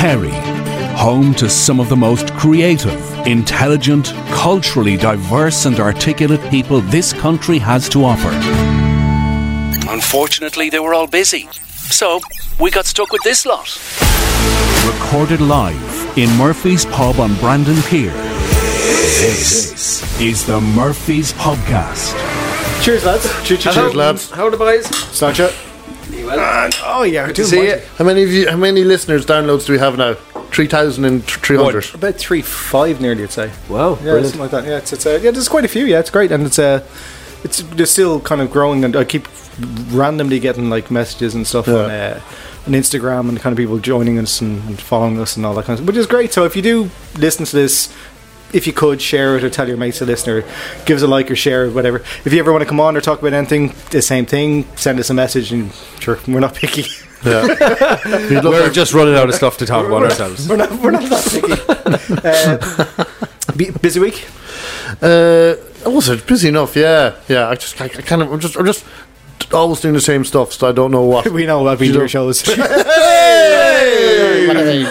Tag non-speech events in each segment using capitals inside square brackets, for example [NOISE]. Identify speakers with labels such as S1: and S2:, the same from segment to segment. S1: Mary, home to some of the most creative, intelligent, culturally diverse, and articulate people this country has to offer. Unfortunately, they were all busy, so we got stuck with this lot. Recorded live in Murphy's Pub on Brandon Pier. This is the Murphy's Podcast.
S2: Cheers, lads.
S3: Cheers,
S2: Hello.
S3: lads.
S2: How are the boys?
S3: Snapchat.
S2: And, oh, yeah, good to see you.
S3: How many of you? How many listeners downloads do we have now? Three thousand and three hundred.
S2: About three five nearly, I'd say.
S4: Wow,
S2: Yeah,
S4: brilliant.
S2: something like that. Yeah, it's, it's uh, yeah, there's quite a few. Yeah, it's great, and it's uh, it's they're still kind of growing, and I keep randomly getting like messages and stuff on uh, on Instagram and kind of people joining us and, and following us and all that kind of stuff, which is great. So if you do listen to this. If you could share it or tell your mates to listen or give us a like or share or whatever. If you ever want to come on or talk about anything, the same thing, send us a message and sure, we're not [LAUGHS] picky.
S4: We're just running out of stuff to talk about ourselves.
S2: we're, not, we're not that picky. Uh, bu- busy week?
S3: Uh, I was busy enough. Yeah, yeah. I just, I, I kind of, I'm just, I'm just always doing the same stuff, so I don't
S2: [LAUGHS]
S3: know what.
S2: We know about video [LAUGHS] shows.
S3: hey,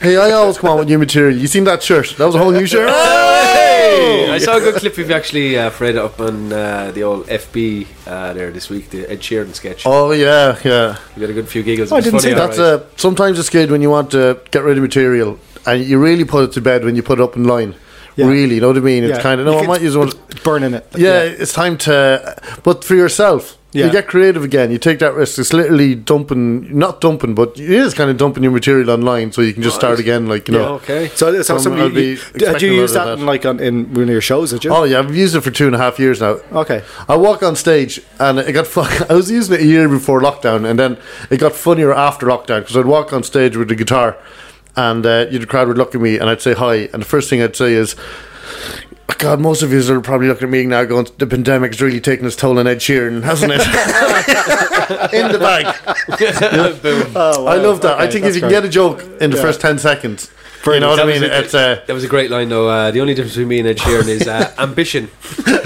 S3: hey! I always come on with new material. You seen that shirt? That was a whole new shirt.
S2: [LAUGHS]
S4: I saw a good clip of you actually, uh, Fred, up on uh, the old FB uh, there this week, the Ed Sheeran sketch.
S3: Oh yeah, yeah.
S4: You got a good few giggles.
S2: Oh, I
S4: It
S2: didn't
S4: was funny,
S2: see that.
S3: That's
S4: alright.
S3: uh, sometimes it's good when you want to get rid of material and you really put it to bed when you put it up in line.
S2: Yeah.
S3: Really, you know what I mean? It's
S2: Yeah.
S3: kind of no.
S2: You
S3: I
S2: can-
S3: might use one.
S2: It's burning it.
S3: yeah, it's time to. But for yourself,
S2: Yeah.
S3: you get creative again. You take that risk. It's literally dumping, not dumping, but it is kind of dumping your material online, so you can just start again. Like you know.
S4: Okay.
S2: So, so
S3: Um,
S2: some
S3: I'd
S2: of
S3: be
S2: you, did
S3: expecting
S2: you
S3: a lot
S2: use
S3: of
S2: that,
S3: that.
S2: in like on, in one of your shows? Did you?
S3: Oh yeah, I've used it for two and a half years now.
S2: Okay.
S3: I walk on stage and it got fuck. [LAUGHS] I was using it a year before lockdown, and then it got funnier after lockdown because I'd walk on stage with the guitar, and uh, you the crowd would look at me, and I'd say hi, and the first thing I'd say is. "Oh God, most of you are probably looking at me now going, the pandemic's really taking its toll on Ed Sheeran, hasn't it? [LAUGHS] In the bag.
S2: [LAUGHS] Oh, wow.
S3: I love that. I
S2: Okay,
S3: think if
S2: that's
S3: you can
S2: great.
S3: get a joke in the first 10 seconds, you know what I
S4: [LAUGHS] That was
S3: mean?
S4: a-
S3: It's uh,
S4: That was a great line, though. Uh, the only difference between me and Ed Sheeran is
S2: [LAUGHS]
S4: uh, ambition.
S3: [LAUGHS] and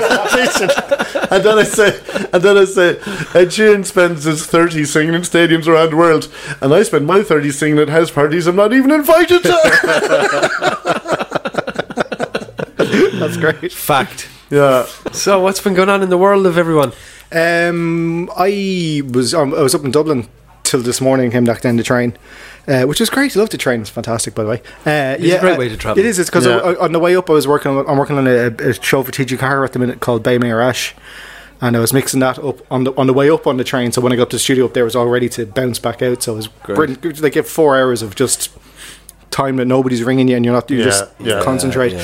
S3: then I say, and then I say, Ed Sheeran spends his 30 singing in stadiums around the world, and I spend my 30 singing at house parties I'm not even invited
S2: [LAUGHS]
S3: to.
S2: That's great.
S4: Fact.
S3: yeah.
S4: So, what's been going on in the world of everyone?
S2: Um, I was um, I was up in Dublin till this morning. Came back down the train. Uh, which is great. I love the train. It's fantastic, by the way. Uh, it's
S4: a great way to travel.
S2: It is. It's because
S3: Yeah.
S2: on the way up, I was working. On, I'm working on a, a show for TG Car at the minute called Baymare Ash, and I was mixing that up on the on the way up on the train. So when I got to the studio up there, it was all ready to bounce back out. So it was brilliant. Good- They get four hours of just time that nobody's ringing you, and you're not. You
S3: Yeah,
S2: just
S3: yeah.
S2: concentrate.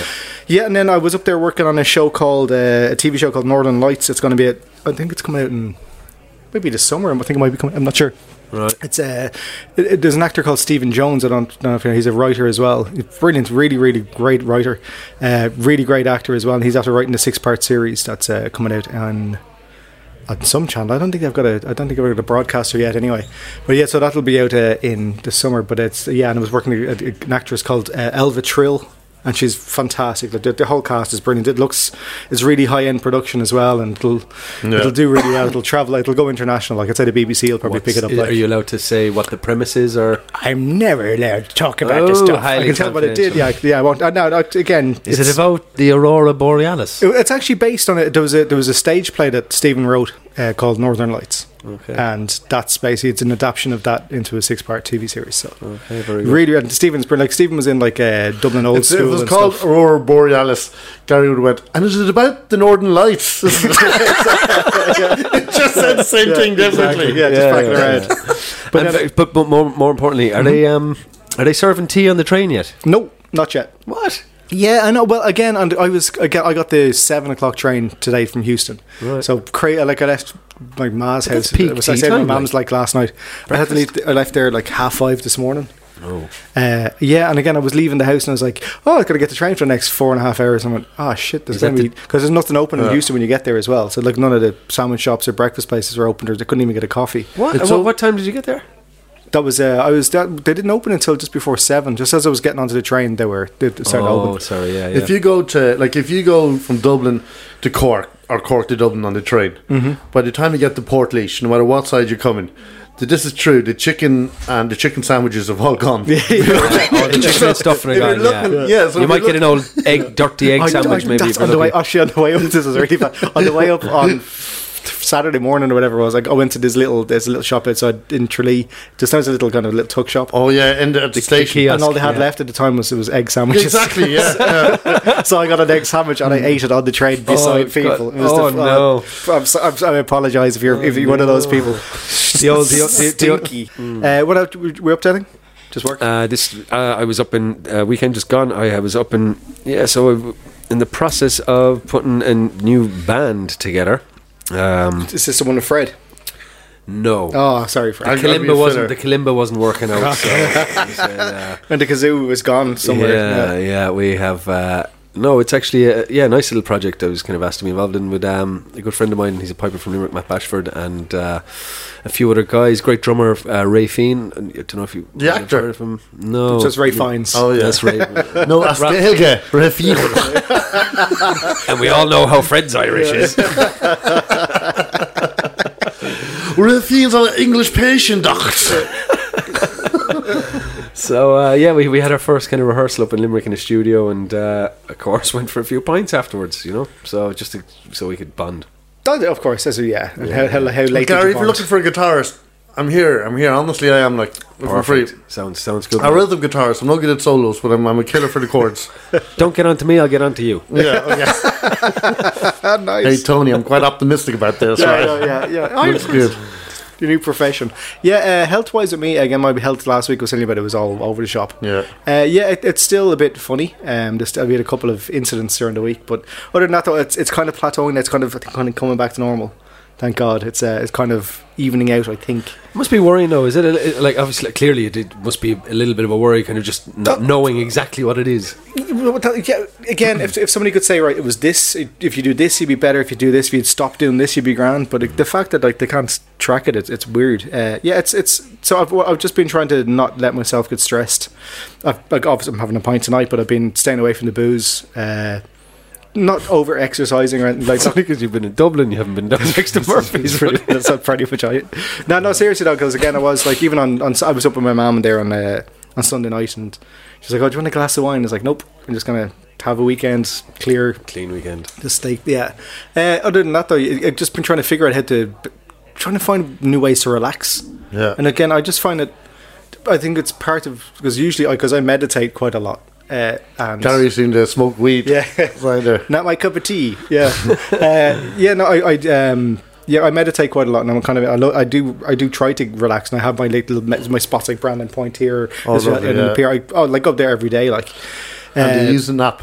S2: Yeah, and then I was up there working on a show called uh, a TV show called Northern Lights. It's going to be. At, I think it's coming out in maybe this summer. I think it might be coming. I'm not sure.
S4: Right.
S2: It's uh, it, it- there's an actor called Stephen Jones. I don't know if you know. He's a writer as well. Brilliant, really, really great writer. Uh, really great actor as well. And he's after writing a six-part series that's uh, coming out on on some channel. I don't think I've got a. I don't think I've got a broadcaster yet. Anyway, but yeah, so that'll be out uh, in the summer. But it's yeah, and I was working with a- an actress called uh, Elva Trill, and she's fantastic. Like, The, the whole cast is brilliant. It looks it's really high end production as well, and it'll it'll do really well. It'll travel. It'll go international. Like I said, the BBC will probably pick it up.
S4: Are
S2: Like,
S4: you allowed to say what the premise is, or
S2: I'm never allowed to talk about this
S4: Oh,
S2: stuff. I
S4: highly
S2: can tell what it did.
S4: confidential.
S2: Yeah, I- yeah. I won't. I, no, no, again,
S4: is
S2: it's-
S4: it about the aurora borealis?
S2: it- It's actually based on it. There was a there was a stage play that Stephen wrote uh, called Northern Lights,
S4: Okay.
S2: and that's basically it's an adaptation of that into a six part TV series. So
S4: Okay, very good.
S2: really, and Stephen's been like Stephen was in like uh, Dublin Old
S3: If it
S2: School.
S3: was
S2: and
S3: called
S2: stuff.
S3: Aurora Borealis, Gary would have went, and is it about the Northern Lights? [LAUGHS] it just said the same thing differently.
S2: Exactly. Yeah, just
S4: Yeah,
S2: fucking
S4: yeah,
S2: around. [LAUGHS] Mm-hmm.
S4: And
S2: then-
S4: very- but, but more, more importantly, are they um, are they serving tea on the train yet?
S2: No, not yet.
S4: What?
S2: Yeah, I know. Well, again, and I was again. I got the seven o'clock train today from Houston.
S4: Right.
S2: So cra- like I left my ma's
S4: But that's
S2: house.
S4: peak
S2: It was- I
S4: tea
S2: said my
S4: time,
S2: mum's like last night. I had to leave. I left there like half five this morning.
S4: No.
S2: Uh, yeah, and again, I was leaving the house and I was like, "Oh, I've got to get the train for the next four and a half hours." And I went, "Oh shit, there's
S4: that
S2: going to be
S4: the-
S2: because there's nothing open in Houston when you get there as well." So like, none of the sandwich shops or breakfast places were open, or they couldn't even get a coffee.
S4: What?
S3: It's
S4: And what-
S3: all-
S4: what time did you get there?
S2: That was uh, I was that, they didn't open until just before seven. Just as I was getting onto the train, they were they started to
S4: oh,
S2: open. [LAUGHS]
S4: sorry. [LAUGHS] Yeah, yeah.
S3: If you go to like if you go from Dublin to Cork or Cork to Dublin on the train, by the time you get to Port Leash, no matter what side you're coming, the that this is true. The chicken and the chicken sandwiches have all gone.
S4: All the chicken and stuff
S3: if
S4: and
S3: you're
S4: gone,
S3: looking-
S4: yeah.
S3: yeah, so
S4: you
S3: if
S4: might
S3: you're
S4: get an old egg, dirty [LAUGHS] egg
S2: I-
S4: sandwich
S2: Oh, I-
S4: maybe.
S2: That's
S4: if you're
S2: on the way.
S4: looking.
S2: Actually, on the way up, this is really bad. On the way [LAUGHS] up on Saturday morning or whatever it was, like, I went to this little this little shop outside in Tralee. Just sounds a little kind of little tuck shop.
S3: Oh yeah, in the, at the, station.
S4: kiosk.
S2: and all they had
S4: yeah.
S2: left at the time was it was egg sandwiches.
S3: Exactly. Yeah.
S2: [LAUGHS]
S3: yeah.
S2: so I got an egg sandwich and I ate it on the train beside
S4: God.
S2: people. It was
S4: Oh,
S2: the, uh,
S4: no.
S2: I'm so, I'm, so- I apologise if you're if you're one of those [LAUGHS] people.
S4: The old- the old- the- the old-
S2: stinky. Uh, what else we we up to? Anything? Just work.
S4: Uh, this uh, I was up in uh, weekend just gone. I, I was up in yeah. So I w- in the process of putting a new band together. Um,
S2: Is this the one with Fred?
S4: no,
S2: Oh, sorry, Fred.
S3: I- I'll be a
S4: kalimba wasn't
S3: fitter.
S4: the kalimba wasn't working out.
S3: [LAUGHS]
S4: so we said, uh,
S2: When the kazoo was gone somewhere.
S4: yeah, yeah, we have. Uh, no, it's actually a yeah, nice little project I was kind of asked to be involved in with um, a good friend of mine. He's a piper from Limerick, Matt Bashford, and uh, a few other guys. Great drummer uh, Ray Fien. and I don't know if you
S3: The actor.
S4: heard of him. No,
S2: Just Ray Fines.
S3: Oh yeah.
S4: That's right.
S3: No, Astelga, Refugio.
S4: [LAUGHS] and we all know how Fred's Irish is.
S3: Refugio's an English patient, doctor.
S4: [LAUGHS] So uh, yeah, we, we had our first kind of rehearsal up in Limerick in the studio, and uh, of course went for a few pints afterwards. You know, so just to, so we could bond.
S2: Oh, Of course, that's, yeah. And How, how, how late
S3: Gary,
S2: did
S3: if
S2: you
S3: you're
S2: bond?
S3: looking for a guitarist, I'm here. I'm here. Honestly, I am like I'm free.
S4: Perfect. Sounds sounds good.
S3: A rhythm guitarist. I'm not good at solos, but I'm, I'm a killer for the chords.
S4: Don't get onto me. I'll get onto you.
S3: yeah. Okay.
S2: Ah,
S3: Hey
S2: nice.
S3: Tony, I'm quite optimistic about this.
S2: yeah,
S3: right?
S2: yeah, yeah, [LAUGHS] yeah. Oh,
S3: Looks good.
S2: Your new profession. Yeah, uh, health wise with me, again, my health last week was telling you about it was all over the shop.
S3: Yeah.
S2: Uh, yeah, it, it's still a bit funny. Um, there's still, we had a couple of incidents during the week, but other than that, though, it's, it's kind of plateauing. It's kind of, I think, kind of coming back to normal. Thank God. It's uh, it's kind of evening out, I think.
S4: Must be worrying though, is it? A- Like obviously, clearly, it- it must be a little bit of a worry, kind of just not knowing exactly what it is.
S2: Well, that- yeah, Again, if, if somebody could say, right, it was this, if you do this, you'd be better. If you do this, if you'd stop doing this, you'd be grand. But like, the fact that like they can't track it, it's, it's weird. Uh, yeah, it's it's. So I've, I've just been trying to not let myself get stressed. I've, like, obviously, I'm having a pint tonight, but I've been staying away from the booze. Uh, not over exercising or anything like
S4: It's
S2: that.
S4: only because you've been in Dublin, you haven't been down [LAUGHS] next to
S2: That's
S4: Murphy's.
S2: pretty, that's not pretty much it. No, no, seriously though, because again, I was like, even on, on, I was up with my mum there on uh, on Sunday night, and she's like, "Oh, do you want a glass of wine?" I was like, "Nope, I'm just gonna have a weekend clear,
S4: Clean weekend.
S2: just steak." Yeah. Uh, other than that, though, I- I've just been trying to figure out how to, trying to find new ways to relax.
S3: Yeah.
S2: And again, I just find it. I think it's part of because usually because I meditate quite a lot, uh, and
S3: Gary seemed to smoke weed. [LAUGHS]
S2: Yeah. [LAUGHS]
S3: Right there.
S2: not my cup of tea. Yeah, uh, yeah. No, I, I um, yeah, I meditate quite a lot, and I'm kind of I, lo- I do I do try to relax, and I have my little me- my spots like Brandon Point here,
S3: Oh,
S2: this,
S3: lovely,
S2: and
S3: yeah.
S2: up here. I, oh, like up there every day, like.
S3: and
S2: Uh,
S3: he used an app.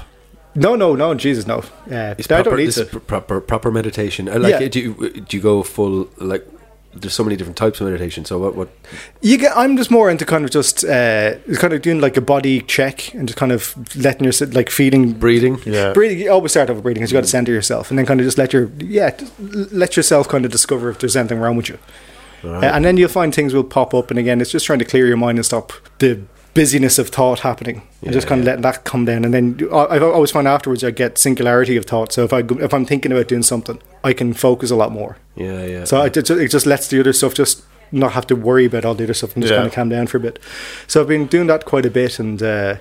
S2: no, no, no, Jesus, no. Uh,
S4: It's
S2: I
S4: proper,
S2: don't need
S4: this
S2: to.
S4: is pr- proper proper meditation. I like
S2: Yeah.
S4: it. do you do you go full like? There's so many different types of meditation. So what what
S2: You get, I'm just more into kind of just uh, kind of doing like a body check and just kind of letting yourself like feeling
S4: breathing?
S3: Yeah.
S2: breathing. You always start off with breathing because you got to center yourself, and then kind of just let your yeah, just l- let yourself kind of discover if there's anything wrong with you, Uh, and then you'll find things will pop up. And again, it's just trying to clear your mind and stop the busyness of thought happening, and just kind of letting that come down. And then you- I, I always find afterwards I get singularity of thought. So if I go- if I'm thinking about doing something, I can focus a lot more.
S4: Yeah, yeah.
S2: So it just, it just lets the other stuff just not have to worry about all the other stuff and just
S3: Yeah.
S2: kind of calm down for a bit. So I've been doing that quite a bit and uh,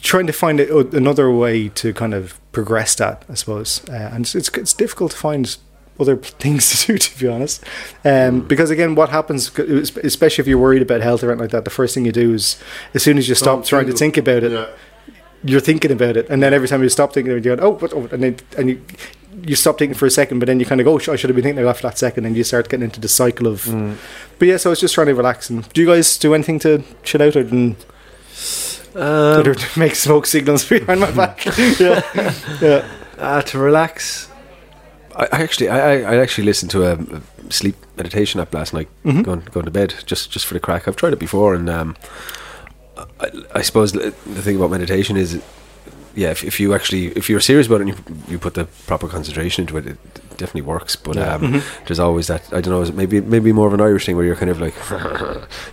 S2: trying to find a, another way to kind of progress that, I suppose. Uh, and it's, it's it's difficult to find other p- things [LAUGHS] to do, to be honest. Um, Because again, what happens, c- es- especially if you're worried about health or anything like that, the first thing you do is as soon as you stop
S3: Don't
S2: trying to
S3: think
S2: think about it,
S3: Yeah.
S2: you're thinking about it, and then every time you stop thinking about it, you're going, oh, but, oh and then and you you stop thinking for a second, but then you kind of go, oh, sh- I should have been thinking about that for that second, and you start getting into the cycle of. But yeah, so it's just trying to relax. And do you guys do anything to chill out or than
S4: Um,
S2: other than [LAUGHS] make smoke signals behind my back? yeah, yeah.
S4: Uh, to relax. I, I actually, I, I- I actually listened to a, a sleep meditation app last night,
S3: Mm-hmm.
S4: going going to bed just just for the crack. I've tried it before, and um, I, I suppose the the thing about meditation is, yeah, if, if you actually if you're serious about it, and you you put the proper concentration into it, it definitely works. But um,
S3: Mm-hmm.
S4: there's always that I don't know, is it maybe maybe more of an Irish thing where you're kind of like [LAUGHS]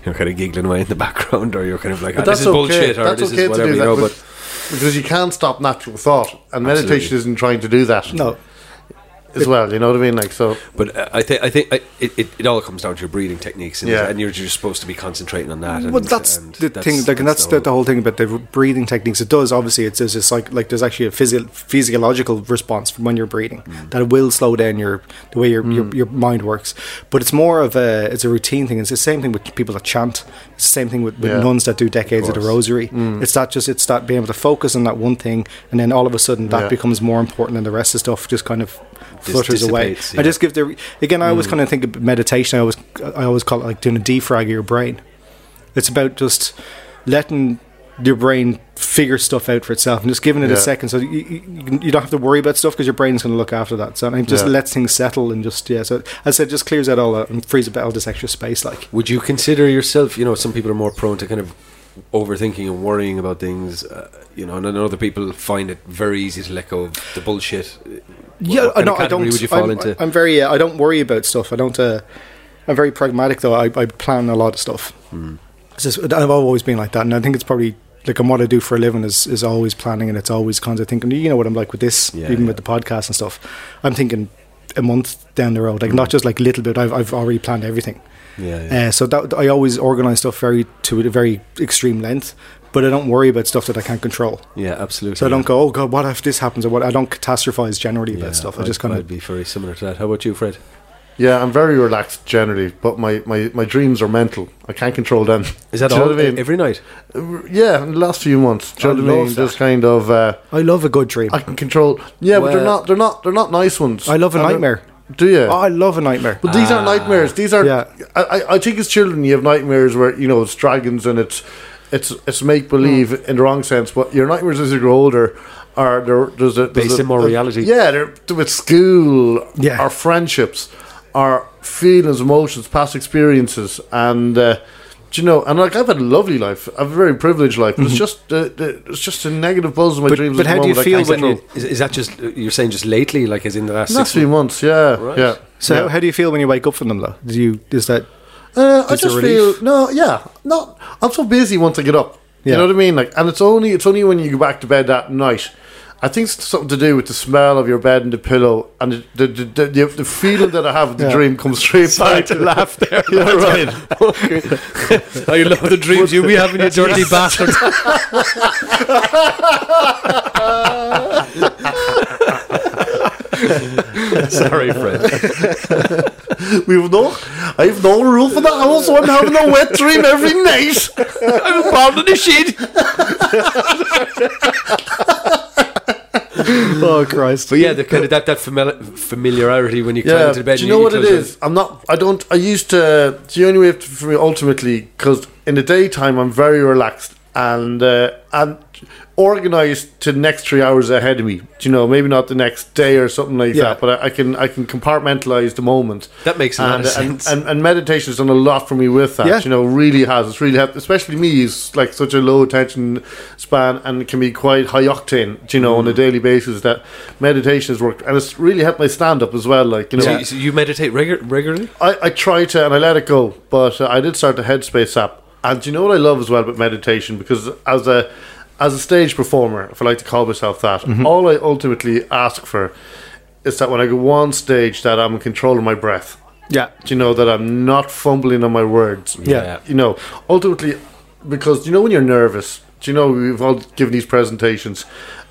S4: you're kind of giggling away in the background, or you're kind of like, "Ah,
S3: But
S4: this is bullshit, or
S3: That's
S4: this
S3: okay
S4: is whatever
S3: to do that,
S4: you know.
S3: but-
S4: But
S3: because you can't stop natural thought, and meditation
S4: Absolutely.
S3: isn't trying to do that.
S2: No,
S3: as well. You know what I mean? Like so.
S4: But uh, I think I think I, it, it, it all comes down to your breathing techniques, and,
S3: Yeah.
S4: and you're just supposed to be concentrating on that. And,
S2: Well, that's
S4: and
S2: the thing. Like, and that's the, the whole thing about the breathing techniques. It does obviously. It's there's a psych, like there's actually a physio- physiological response from when you're breathing that it will slow down your the way your, your your mind works. But it's more of a it's a routine thing. It's the same thing with people that chant. It's the same thing with, with
S3: Yeah.
S2: nuns that do decades of, the rosary. It's that just it's that being able to focus on that one thing, and then all of a sudden that
S3: Yeah.
S2: becomes more important than the rest of stuff. Just kind of flutters away.
S4: dissipates,
S2: I
S4: yeah.
S2: just give the again. I always kind of think of meditation. I always I always call it like doing a defrag of your brain. It's about just letting your brain figure stuff out for itself and just giving it
S3: Yeah.
S2: a second, so you, you, you can- you don't have to worry about stuff because your brain's going to look after that. So and it just
S3: Yeah.
S2: lets things settle and just yeah. So as I said, just clears out all that and frees up all this extra space. Like
S4: Would you consider yourself? You know, some people are more prone to kind of overthinking and worrying about things. Uh, you know, and then other people find it very easy to let go of the bullshit. What-
S2: yeah,
S4: what kind
S2: no,
S4: of
S2: I
S4: category
S2: don't.
S4: Would you fall
S2: I'm,
S4: into?
S2: I'm very. Uh, I don't worry about stuff. I don't. Uh, I'm very pragmatic though. I, I plan a lot of stuff.
S4: Hmm.
S2: It's just, I've always been like that, and I think it's probably like and what I do for a living is is always planning, and it's always kind of thinking. You know what I'm like with this,
S4: Yeah,
S2: even
S4: yeah.
S2: with the podcast and stuff. I'm thinking a month down the road, like not just like little bit. I've I've already planned everything.
S4: Hmm. yeah, yeah.
S2: Uh, so that I always organize stuff very to a very extreme length, but I don't worry about stuff that I can't control.
S4: yeah, absolutely.
S2: So I don't go, oh god, what if this happens? Or what? I don't catastrophize generally
S4: yeah,
S2: about stuff. I
S4: I'd-
S2: just kind
S4: I'd
S2: of
S4: be very similar to that. How about you, Fred?
S3: Yeah, I'm very relaxed generally, but my, my, my dreams are mental. I can't control them.
S4: Is that
S3: Do you
S4: all?
S3: know what I mean?
S4: Every night.
S3: yeah, in the last few months. Do you
S2: I
S3: know what I mean?
S2: love that.
S3: Just kind of uh,
S2: I love a good dream.
S3: I can control. Yeah, but they're
S4: Well-
S3: not they're not they're not nice ones.
S2: I love a
S3: And they're-
S2: nightmare.
S3: Do you?
S2: Oh, I love a nightmare.
S3: But these aren't nightmares. These are.
S2: Ah, Yeah.
S3: I- I, I think as children you have nightmares where you know it's dragons and it's it's it's make believe
S2: Hmm.
S3: in the wrong sense. But your nightmares as you grow older are there, there's a there's
S4: Based
S3: a-
S4: in more
S3: a-
S4: reality.
S3: Yeah, they're they're with school.
S2: Yeah.
S3: our friendships, our feelings, emotions, past experiences, and. Uh, do you know, and like I've had a lovely life. I've a very privileged life. But It's just uh, the, it's just a negative buzz in my
S2: Mm-hmm. But-
S3: dreams.
S2: but
S3: at
S2: how
S3: the
S2: do you
S3: moment I
S2: feel
S3: can't
S2: when
S3: control.
S2: you-
S4: Is, is that just you're saying just lately, like as in the last
S3: last
S4: six
S3: few
S4: months?
S3: months? Yeah,
S4: Right.
S3: yeah.
S2: Ah. So
S3: yeah.
S2: how, how do you feel when you wake up from them though? Do you is that
S3: Uh, I
S2: It's a
S3: just
S2: relief.
S3: feel no, yeah, not. I'm so busy once I get up.
S2: Yeah.
S3: You know what I mean? Like, and it's only it's only when you go back to bed that night. I think it's something to do with the smell of your bed and the pillow, and the the, the, the, the, the feeling that I have of the
S2: Yeah.
S3: dream comes straight
S4: Sorry
S3: back.
S4: to laugh
S3: [LAUGHS]
S4: there.
S3: You're right.
S4: Okay. [LAUGHS] I love the dreams you be
S3: [LAUGHS]
S4: having, you dirty bastard. Sorry, Fred.
S3: [LAUGHS] We've no, I have no rule for that. I also am having a wet dream every night.
S2: [LAUGHS]
S4: I'm bound in the shit.
S2: oh Christ?
S4: But yeah, the kind of that that famili- familiarity when you climb into bed.
S3: Do
S4: and
S3: you know what it
S4: close your eyes.
S3: is? I'm not. I don't. I used to. It's the only way for me ultimately because in the daytime I'm very relaxed and uh, and organized to the next three hours ahead of me. Do you know? Maybe not the next day or something like
S2: Yeah.
S3: that. But I, I can I can compartmentalize the moment.
S4: That makes a lot
S3: and,
S4: of
S3: and,
S4: sense.
S3: And, and meditation has done a lot for me with that.
S2: Yeah.
S3: You know, really has. It's really helped, especially me. who's like such a low attention span and can be quite high octane. Do you know, on a daily basis that meditation has worked, and it's really helped my stand up as well. Like you know,
S4: So you- so you meditate regu- regularly?
S3: I, I try to and I let it go, but uh, I did start the Headspace app. And do you know what I love as well about meditation? Because as a as a stage performer, if I like to call myself that, all I ultimately ask for is that when I go on stage, that I'm in control of my breath.
S2: Yeah.
S3: Do you know that I'm not fumbling on my words?
S2: Yeah.
S3: You know, ultimately, because you know when you're nervous, do you know we've all given these presentations,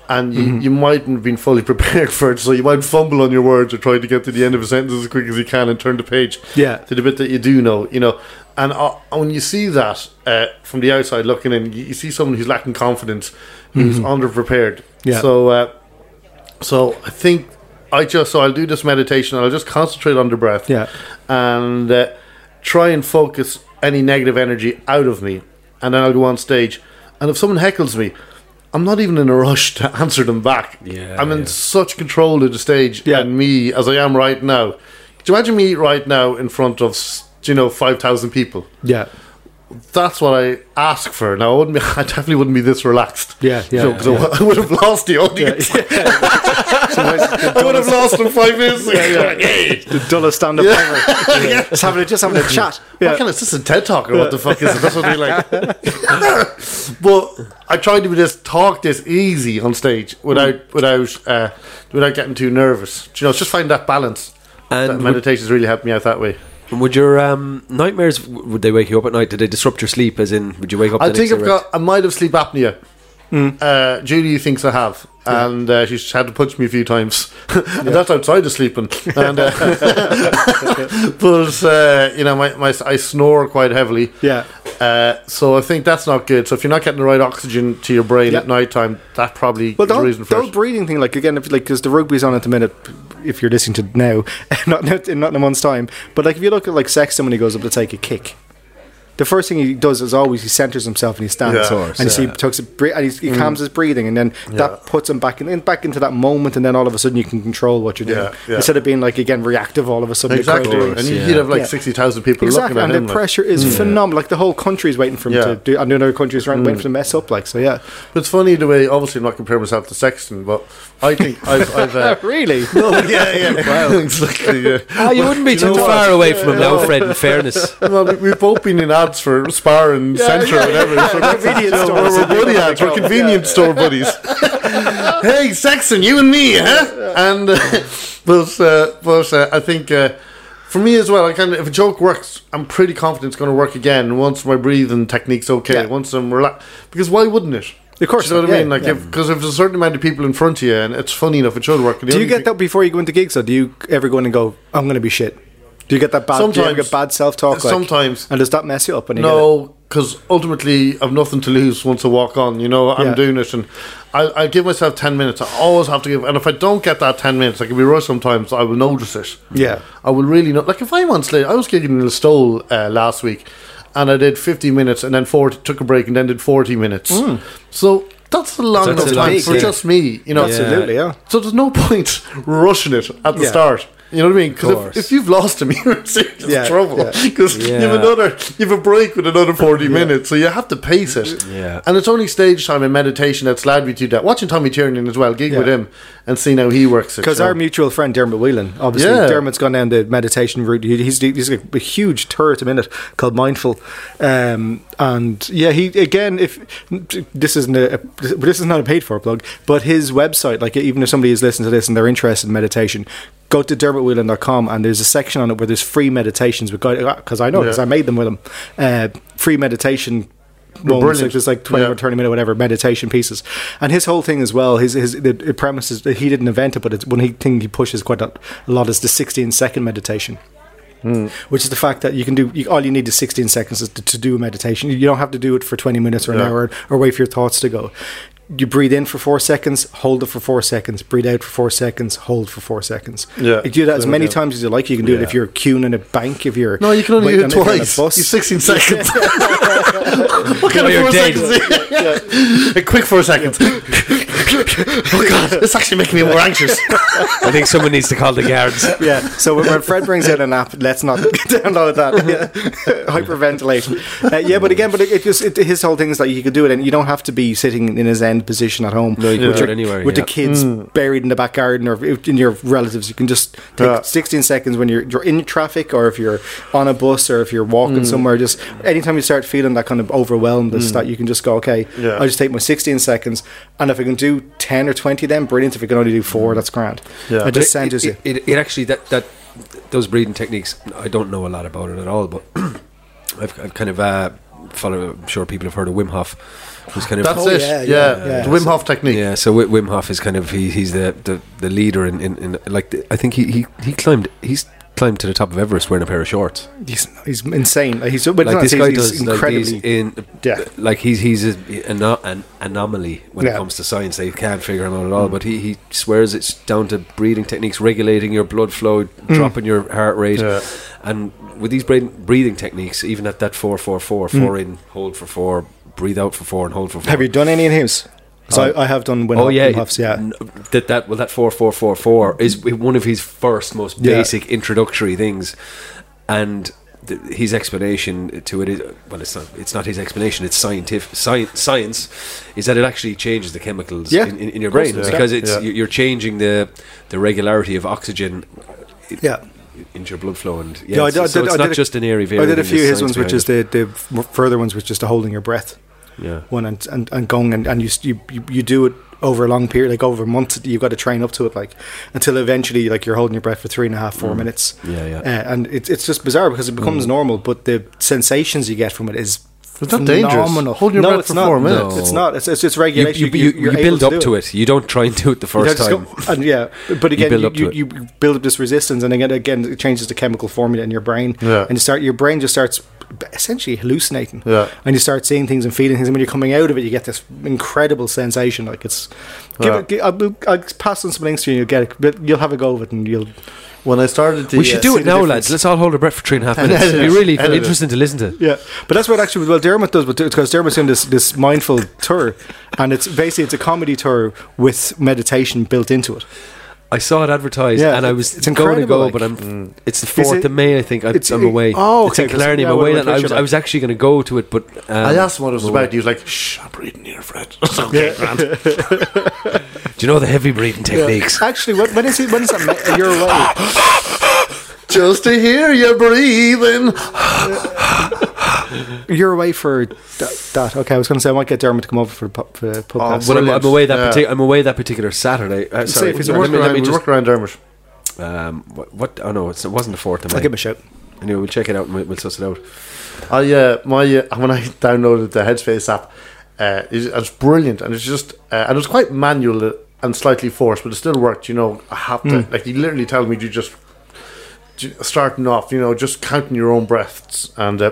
S3: and you,
S2: Mm-hmm.
S3: you mightn't have been fully [LAUGHS] prepared for it, so you might fumble on your words or try to get to the end of a sentence as quick as you can and turn the page
S2: Yeah.
S3: to the bit that you do know, you know. And uh, when you see that uh, from the outside looking in, you, you see someone who's lacking confidence, who's underprepared.
S2: Mm-hmm. Yeah.
S3: So, uh, so I think I just so I'll do this meditation. and I'll just concentrate on the breath.
S2: Yeah.
S3: And uh, try and focus any negative energy out of me, and then I'll go on stage. And if someone heckles me, I'm not even in a rush to [LAUGHS] answer them back.
S4: Yeah,
S3: I'm in
S4: yeah.
S3: such control of the stage
S2: Yeah.
S3: and me as I am right
S4: [LAUGHS]
S3: now. Could you imagine me right now in front of s- you know five thousand people?
S2: Yeah.
S3: that's what I ask for. Now, I, wouldn't be, [LAUGHS] I definitely wouldn't be this relaxed.
S2: Yeah, yeah,
S3: So, 'cause I w- [LAUGHS] I would have lost the audience. [LAUGHS] I would have lost in five minutes. ago. Hey,
S2: the dullest stand-up ever. Just having a, just having a chat. Yeah.
S3: What kind of, is this a TED talk or what the fuck is it? That's what they [LAUGHS] like. but I tried to just talk this easy on stage without without uh, without getting too nervous. Do You know, it's just find that balance.
S4: And
S3: that
S4: would-
S3: meditation's really helped me out that way.
S4: Would your um, nightmares? w- Would they wake you up at night? Did they disrupt your sleep? As in, would you wake up?
S3: I
S4: the
S3: think
S4: next
S3: I've
S4: day
S3: got. I might have sleep apnea. Uh, Judy thinks I have, and uh, she's had to punch me a few times, [LAUGHS] and that's outside of sleeping. And, uh, [LAUGHS] but uh, you know, my, my I snore quite heavily.
S2: Yeah.
S3: Uh, so I think that's not good. So if you're not getting the right oxygen to your brain
S2: Yeah.
S3: at night time, that probably
S2: Well,
S3: is
S2: the
S3: the
S2: whole,
S3: reason
S2: the
S3: for
S2: whole
S3: it.
S2: breathing thing, like again, if, like because the rugby's on at the minute, if you're listening to now, [LAUGHS] not not in, not in a month's time, but like if you look at like Sexton when he goes up to take a kick, the first thing he does is always he centers himself and he stands,
S3: Yeah, Mm. of course,
S2: and you see he takes a bre- and he's, he calms his breathing, and then that puts him back in, in back into that moment, and then all of a sudden you can control what you're doing
S3: Yeah, yeah.
S2: instead of being like again reactive all of a sudden. the crowd
S3: Exactly,
S2: doing-
S3: and
S4: yeah.
S3: you'd have like
S2: Yeah.
S3: sixty thousand people
S2: Exactly,
S3: looking
S2: and
S3: at
S2: the
S3: him. like-
S2: pressure is phenomenal. Like the whole country is waiting for him
S3: Yeah. Mm.
S2: to do, and the other country is around waiting for him to mess up. Like so, yeah,
S3: But it's funny the way. Obviously, I'm not comparing myself to Sexton, but I think
S2: [LAUGHS]
S3: I've, I've uh, [LAUGHS]
S2: really.
S3: Oh, yeah,
S2: [LAUGHS]
S3: yeah. [LAUGHS] exactly. Yeah.
S4: Ah, [LAUGHS] you wouldn't be
S3: Do you
S4: too
S3: know what?
S4: far away from him now, Fred. In fairness,
S3: Well, we- we've both been in ads for Spar and Central and everything. So that's-
S2: Convenience
S3: you know,
S2: stores.
S3: We're buddy ads. We're convenience
S2: [LAUGHS]
S3: store buddies. hey, Saxon, you and me, huh? And uh, but uh, but uh, I think uh, for me as well, I kind of if a joke works, I'm pretty confident it's going to work again once my breathing technique's okay.
S2: Yeah.
S3: Once I'm relaxed, because why wouldn't it?
S2: Of course
S3: Do you know
S2: not,
S3: what I
S2: yeah,
S3: mean. Like,
S2: yeah.
S3: because if, there's a certain amount of people in front of you and it's funny enough, it should work.
S2: Do you get that before you go into gigs, or do you ever go in and go, "I'm going to be shit"? Do you get that bad? do you ever
S3: Sometimes.
S2: get bad self-talk. like?
S3: Sometimes.
S2: and does that mess you up? When you get it?
S3: No, because ultimately I've nothing to lose once I walk on. You know, I'm
S2: Yeah.
S3: doing it, and I, I give myself ten minutes. I always have to give, and if I don't get that ten minutes, I can be rushed sometimes. I will notice it.
S2: Yeah.
S3: I will really not. Like if I'm on stage, I was gigging in the stole uh, last week, and I did 50 minutes, and then 40, took a break, and then did 40 minutes.
S2: Hmm.
S3: So. That's a long
S4: That's
S3: enough
S4: a
S3: time
S4: big,
S3: for
S4: yeah.
S3: just me, you know.
S2: Absolutely, yeah.
S3: So there's no [LAUGHS] point rushing it at the
S2: Yeah.
S3: start. You know what I mean? Because
S4: course.
S3: if, if you've lost him, [LAUGHS] you're in serious
S2: Yeah,
S3: trouble.
S2: yeah.
S3: Because you have
S4: Yeah.
S3: another, [LAUGHS] you have a break with another forty minutes, so you have to pace it.
S4: Yeah.
S3: And it's only stage time and meditation that's allowed me to do that. Watching Tommy Tiernan as well, gig with
S2: Yeah.
S3: him, and seeing how he works it.
S2: Because
S3: you know.
S2: our mutual friend Dermot Whelan, obviously,
S3: Yeah.
S2: Dermot's gone down the meditation route. He- He's he's a a huge turret a minute called Mindful, um, and yeah, he again. If this isn't a, a this is not a paid for plug, but his website, like even if somebody is listening to this and they're interested in meditation, go to dermotwhelan.com and there's a section on it where there's free meditations with because I know because
S3: Yeah.
S2: I made them with him. Uh, free meditation moments,
S3: brilliant.
S2: like there's like 20
S3: Yeah.
S2: or 20 minute whatever meditation pieces and his whole thing as well his his the, the premise is that he didn't invent it but it's one he, thing he pushes quite a, a lot is the 16 second meditation
S3: Hmm.
S2: which is the fact that you can do you, all you need is 16 seconds to, to do a meditation you don't have to do it for 20 minutes or an
S3: Yeah.
S2: hour or wait for your thoughts to go you breathe in for four seconds hold it for four seconds breathe out for four seconds hold for four seconds
S3: Yeah.
S2: you do that as
S3: So,
S2: many
S3: yeah.
S2: times as you like you can do it if you're queuing in a bank if you're
S3: no, you can only
S2: waiting
S3: do
S2: on- if you're on
S3: it
S2: a
S3: twice.
S2: bus. [LAUGHS]
S3: You're 16 seconds. what kind of
S4: you're
S3: four
S4: dead.
S3: seconds? is it? [LAUGHS] A quick four seconds. oh god, it's actually [LAUGHS] making me more anxious.
S4: I think someone needs to call the guards.
S3: [LAUGHS]
S2: Yeah. So when, when Fred brings out an app, let's not [LAUGHS] download
S4: [LAUGHS]
S2: that. Yeah. [LAUGHS] Hyperventilation. Uh, yeah, but again, but it, it just it, his whole thing is like you could do it, and you don't have to be sitting in his end position at home
S4: you can
S2: with,
S4: do
S2: your-
S4: it anywhere,
S2: with
S4: yeah.
S2: the kids buried in the back garden or if- in your relatives. You can just take
S3: Yeah.
S2: 16 seconds when you're, you're in traffic or if you're on a bus or if you're walking somewhere. Just anytime you start feeling that kind of overwhelmed, this that you can just go, okay,
S3: Yeah.
S2: I'll just take my 16 seconds, and if I can do 10 or 20, then brilliant. If I can only do four, that's grand.
S3: Yeah.
S2: It
S3: But
S2: just
S4: Mm. But it-
S2: centers you.
S4: it, it, it actually that that those breathing techniques. I don't know a lot about it at all, but [CLEARS THROAT] I've, I've kind of uh, follow. I'm sure people have heard of Wim Hof, who's kind of
S3: [LAUGHS] That's
S2: Oh,
S3: it.
S2: yeah,
S3: Yeah,
S2: yeah, yeah.
S3: the Wim Hof technique.
S4: Yeah, so Wi- Wim Hof is kind of he, he's the, the, the leader in, in, in like the, I think he, he, he climbed he's climbed to the top of Everest wearing a pair of shorts.
S2: He's, he's insane. Like, he's but
S4: like
S2: not
S4: this
S2: he's,
S4: guy
S2: he's
S4: does
S2: incredibly.
S4: like, he's in
S2: Yeah.
S4: like he's he's a, an, an anomaly when
S2: Yeah.
S4: it comes to science. They can't figure him out at all. But he, he swears it's down to breathing techniques, regulating your blood flow,
S2: Mm.
S4: dropping your heart rate,
S3: Yeah.
S4: and with these brain, breathing techniques, even at that four four four four in, hold for four, breathe out for four, and hold for four.
S2: Mm. have you done any in his? So
S4: Um,
S2: I, I have done Wim
S4: Oh
S2: Hof-
S4: yeah,
S2: Wim Hof's, yeah. Mm.
S4: n- That that well that four four four four is one of his first most
S2: Yeah.
S4: basic introductory things, and the, his explanation to it is well, it's not it's not his explanation. It's scientific science. Science is that it actually changes the chemicals
S2: Yeah,
S4: in, in, in your
S2: of course
S4: brain
S2: it does.
S4: because it's
S3: Yeah.
S4: you- you're changing the the regularity of oxygen
S2: Yeah.
S4: into your blood flow and yeah,
S2: Yeah, I
S4: it's,
S2: did- I
S4: so
S2: did-
S4: it's
S2: I
S4: not
S2: did a-
S4: just an airy
S2: I
S4: variable.
S2: did a
S4: there's
S2: few of his ones,
S4: science
S2: which
S4: behind
S2: is the, the f- further ones, which is the holding your breath
S4: it. yeah.
S2: one and, and, and going and, and you, s- you you you do it over a long period, like over months. You've got to train up to it, like until eventually, like you're holding your breath for three and a half, four minutes.
S4: Mm. Yeah, yeah. Mm.
S2: Uh, and it's it's just bizarre because it becomes normal, but the sensations you get from it is.
S3: It's not dangerous.
S2: phenomenal.
S3: Hold your
S2: no,
S3: breath
S2: it's
S3: for
S2: not.
S3: four minutes.
S2: It's not. It's it's, it's
S4: You,
S2: regulation.
S4: you, you, you build up to it. You don't try and do it the
S2: You
S4: first
S2: just
S4: time.
S2: go- and yeah, but again,
S4: build
S2: you,
S4: up to
S2: you,
S4: it.
S2: you build up this resistance, and again, again, it changes the chemical formula in your brain,
S3: Yeah.
S2: and you start your brain just starts essentially hallucinating,
S3: Yeah.
S2: and you start seeing things and feeling things, and when you're coming out of it, you get this incredible sensation. Like it's, give
S3: Yeah.
S2: it, gi- I'll, I'll pass on some links to you, and you'll get it, but you'll have a go of it, and you'll.
S3: When I started the
S4: we should
S3: uh,
S4: do
S2: see
S4: it
S2: the
S4: now,
S2: difference.
S4: lads. Let's all hold our breath for three and
S2: [LAUGHS]
S4: a half
S3: And
S4: minutes.
S3: edit
S4: It'd be
S3: it.
S4: really
S3: Edit it.
S4: interesting to listen to.
S2: Yeah, but that's what actually well Dermot does, but because Dermot's doing this this mindful tour, and it's basically it's a comedy tour with meditation built into it.
S4: I saw it advertised,
S2: Yeah,
S4: and I
S2: it's-
S4: was
S2: it's
S4: going to
S2: incredible,
S4: go,
S2: like- mm.
S4: but I'm. It's the fourth
S2: it-
S4: of May, I think. I'm,
S2: it's-
S4: I'm away.
S2: oh,
S4: it's in
S2: okay, 'cause-
S4: Clarny.
S2: yeah,
S4: I'm
S2: I
S4: away.
S2: would've
S4: and I
S2: pictured
S4: was,
S2: that.
S4: I was actually going to go to it, but um,
S3: I asked him what it was about. He was like, "Shh, I'm breathing here, Fred." okay, grand.
S4: do you know the heavy breathing
S2: [LAUGHS]
S4: techniques?
S2: Actually, when, when is it? When is that? Me- you're away.
S3: Just to hear you breathing.
S2: You're away for that. that. Okay, I was going to say I might get Dermot to come over for the po- for the podcast.
S4: But I'm, I'm away that
S3: Yeah.
S4: partic- I'm away that particular Saturday. Uh, sorry,
S2: if
S3: We
S2: it's
S4: let
S3: work
S4: me, let
S3: around,
S4: me
S3: we
S4: just.
S3: work around Dermot.
S4: Um, what, what? Oh no, it's, it wasn't the fourth of May.
S2: I'll give him a shout.
S4: Anyway, we'll check it out and we'll, we'll suss it out.
S3: I uh, my uh, [LAUGHS] when I downloaded the Headspace app, uh, it's, it's brilliant and it's just uh, and it's quite manual and slightly forced, but it still worked. You know, I have to like you literally tell me to just j- starting off, you know, just counting your own breaths and. Uh,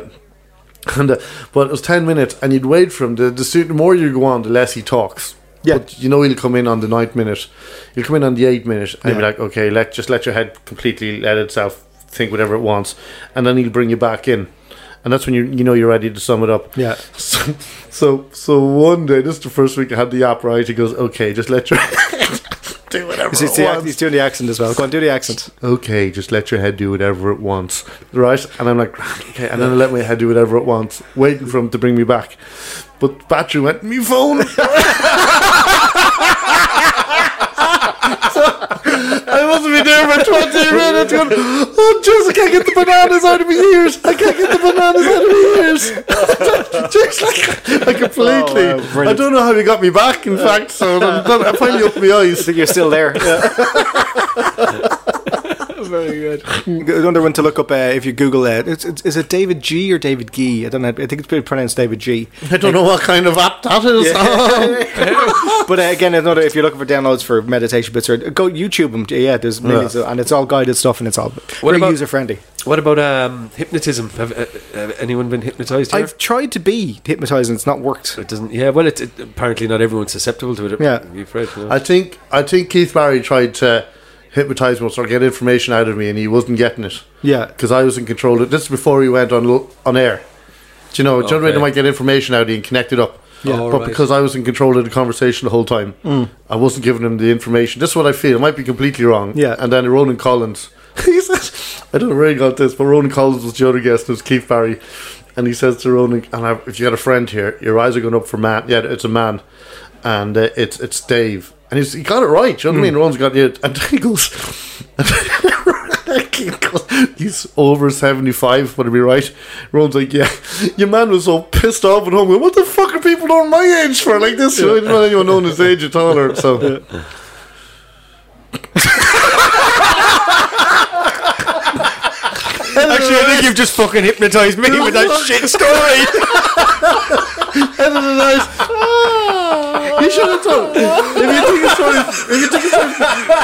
S3: [LAUGHS] and uh, but it was ten minutes, and you'd wait for him. The, the, suit, the more you go on, the less he talks.
S2: Yeah.
S3: But you know he'll come in on the ninth minute. He'll come in on the eighth minute, and he'll be
S2: Yeah.
S3: like, "Okay, let just let your head completely let itself think whatever it wants," and then he'll bring you back in, and that's when you you know you're ready to sum it up.
S2: Yeah.
S3: [LAUGHS] So so, so one day, this is the first week I had the app right. He goes, "Okay, just let your [LAUGHS] do whatever
S2: He's, he's
S3: it
S2: the ac-
S3: wants."
S2: he's doing the accent as well. Go on, do the accent.
S3: okay, just let your head do whatever it wants, right? And I'm like, "Grand, okay, and then I let my head do whatever it wants, waiting for him to bring me back. But battery went, me phone. [LAUGHS] so, I must be there for 20 minutes going, oh, Jesus, I can't get the bananas out of my ears. I can't get the bananas out of
S2: Oh,
S3: my
S2: [LAUGHS]
S3: ears. Just like, like completely.
S2: Oh, wow, brilliant.
S3: I don't know how he got me back, in fact, so I'm done- I finally opened my eyes.
S2: I think [LAUGHS] you're still there.
S3: [LAUGHS]
S2: Very good. Another one to look up uh, if you Google it. It's, it's, is it David G or David Gee? I don't know. I think it's pronounced David G.
S3: I don't know what kind of app that
S2: [LAUGHS]
S3: is.
S2: but uh, again, another if you're looking for downloads for meditation bits, or go YouTube them. Yeah, there's millions, of, and it's all guided stuff, and it's all very
S4: about-
S2: user friendly.
S4: What about um, hypnotism? Have, uh, uh, anyone been hypnotized here?
S2: I've tried to be hypnotized, and it's not worked.
S4: it doesn't. Yeah. Well, it, it, apparently not everyone's susceptible to it.
S2: Yeah.
S4: You've read, you know.
S3: I think I think Keith Barry tried to hypnotize me or get information out of me, and he wasn't getting it
S2: [LAUGHS] Yeah,
S3: because I was in control. Of, this is before he went on l- on air. Do you know? John
S4: Okay.
S3: Ritter might get information out of you and connect it up.
S4: Yeah.
S3: but
S4: Alright. Mm.
S3: because I was in control of the conversation the whole time, I wasn't giving him the information. This is what I feel. It might be completely wrong.
S2: Yeah.
S3: And then Ronan Collins, [LAUGHS] he says, I don't know where he got this, but Ronan Collins was the other guest. It was Keith Barry, and he says to Ronan, "And I, if you got a friend here, your eyes are going up for man. Yeah, it's a man, and uh, it's it's Dave." And he's, he got it right. Do you know what I mean? Ron's got it. And [LAUGHS] he goes, He's over 75, would it be right? Ron's like, yeah. Your man was so pissed off at home. going, What the fuck are people on my age for like this? You know, I didn't want anyone knowing his age at all. Or, so,
S4: Actually, I think you've just fucking hypnotized me with that shit [LAUGHS] story.
S3: you should have told If you think it's story, if you think it's story.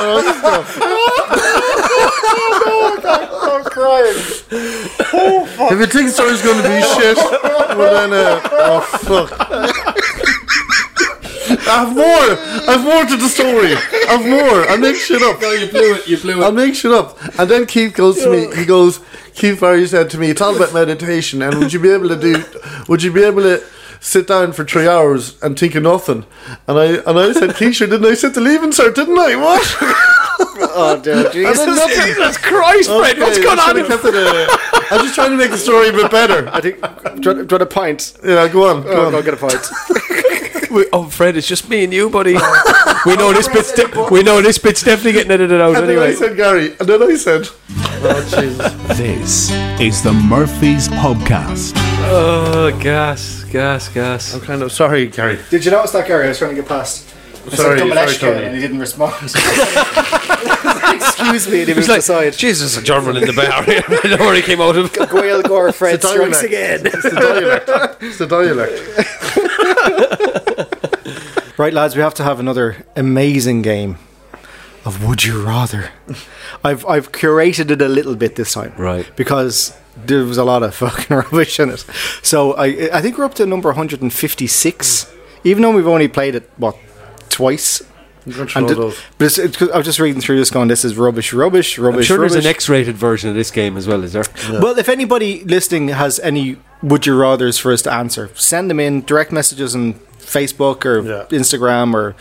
S3: Oh, this is tough. If you think story's going to be
S4: Oh.
S3: shit, well then, uh, oh fuck. I have more. I've more to the story. I've more. I make shit up.
S4: you blew it. You blew
S3: I make shit up. And then Keith goes to me. He goes. Keith Barry said to me, "It's all about meditation. And would you be able to do? Would you be able to sit down for three hours
S4: [LAUGHS]
S3: and think of nothing?" And I and I said, "Keith, sure didn't I sit the leaving cert? Didn't I? What?"
S5: Oh, dear Jesus.
S4: Jesus Christ, Fred, what's
S3: Okay,
S4: going
S3: I
S4: on?
S3: should've kept it, uh, I'm just trying to make the story a bit better.
S5: I think. Do you want- do you want a
S2: [LAUGHS]
S5: pint?
S3: Yeah, go on. Go
S5: Oh,
S3: on.
S5: I'll get a pint.
S4: We- oh, Fred, it's just me and you,
S3: [LAUGHS]
S4: buddy. we know this bit's de- we know this bit's definitely getting edited out
S3: And then I
S4: anyway.
S3: said Gary, and then I said,
S1: This is the Murphy's Podcast.
S4: Oh, gas, gas, gas.
S3: "I'm kind of sorry, Gary.
S2: Did you notice that, Gary? I was trying to get past. I
S3: Sorry,
S2: said, "Double
S3: sorry,
S2: Eshka,"
S3: Tony.
S2: and he didn't respond. [LAUGHS] Excuse me, and he
S4: It's
S2: moved
S4: like,
S2: aside.
S4: Jesus, a German in the bar. [LAUGHS] I know where he came
S3: [LAUGHS]
S4: out of.
S2: Gael Gore Fred
S3: It's a dialect.
S2: strikes again.
S3: It's the dialect. It's the dialect.
S2: Right, lads, we have to have another amazing game of Would You
S4: [LAUGHS]
S2: Rather. I've I've curated it a little bit this time,
S4: Right.
S2: Because there was a lot of [LAUGHS] fucking rubbish in it. So I I think we're up to number 156, even though we've only played it what twice. And
S3: And
S2: it- but it's, it's 'cause I was just reading through this, going, "This is rubbish, rubbish, rubbish."
S4: [LAUGHS] I'm sure
S2: rubbish.
S4: there's an X-rated version of this game as well, is there?
S2: Well, if anybody listening has any would you rather's for us to answer, send them in direct messages on Facebook or
S3: Yeah.
S2: Instagram or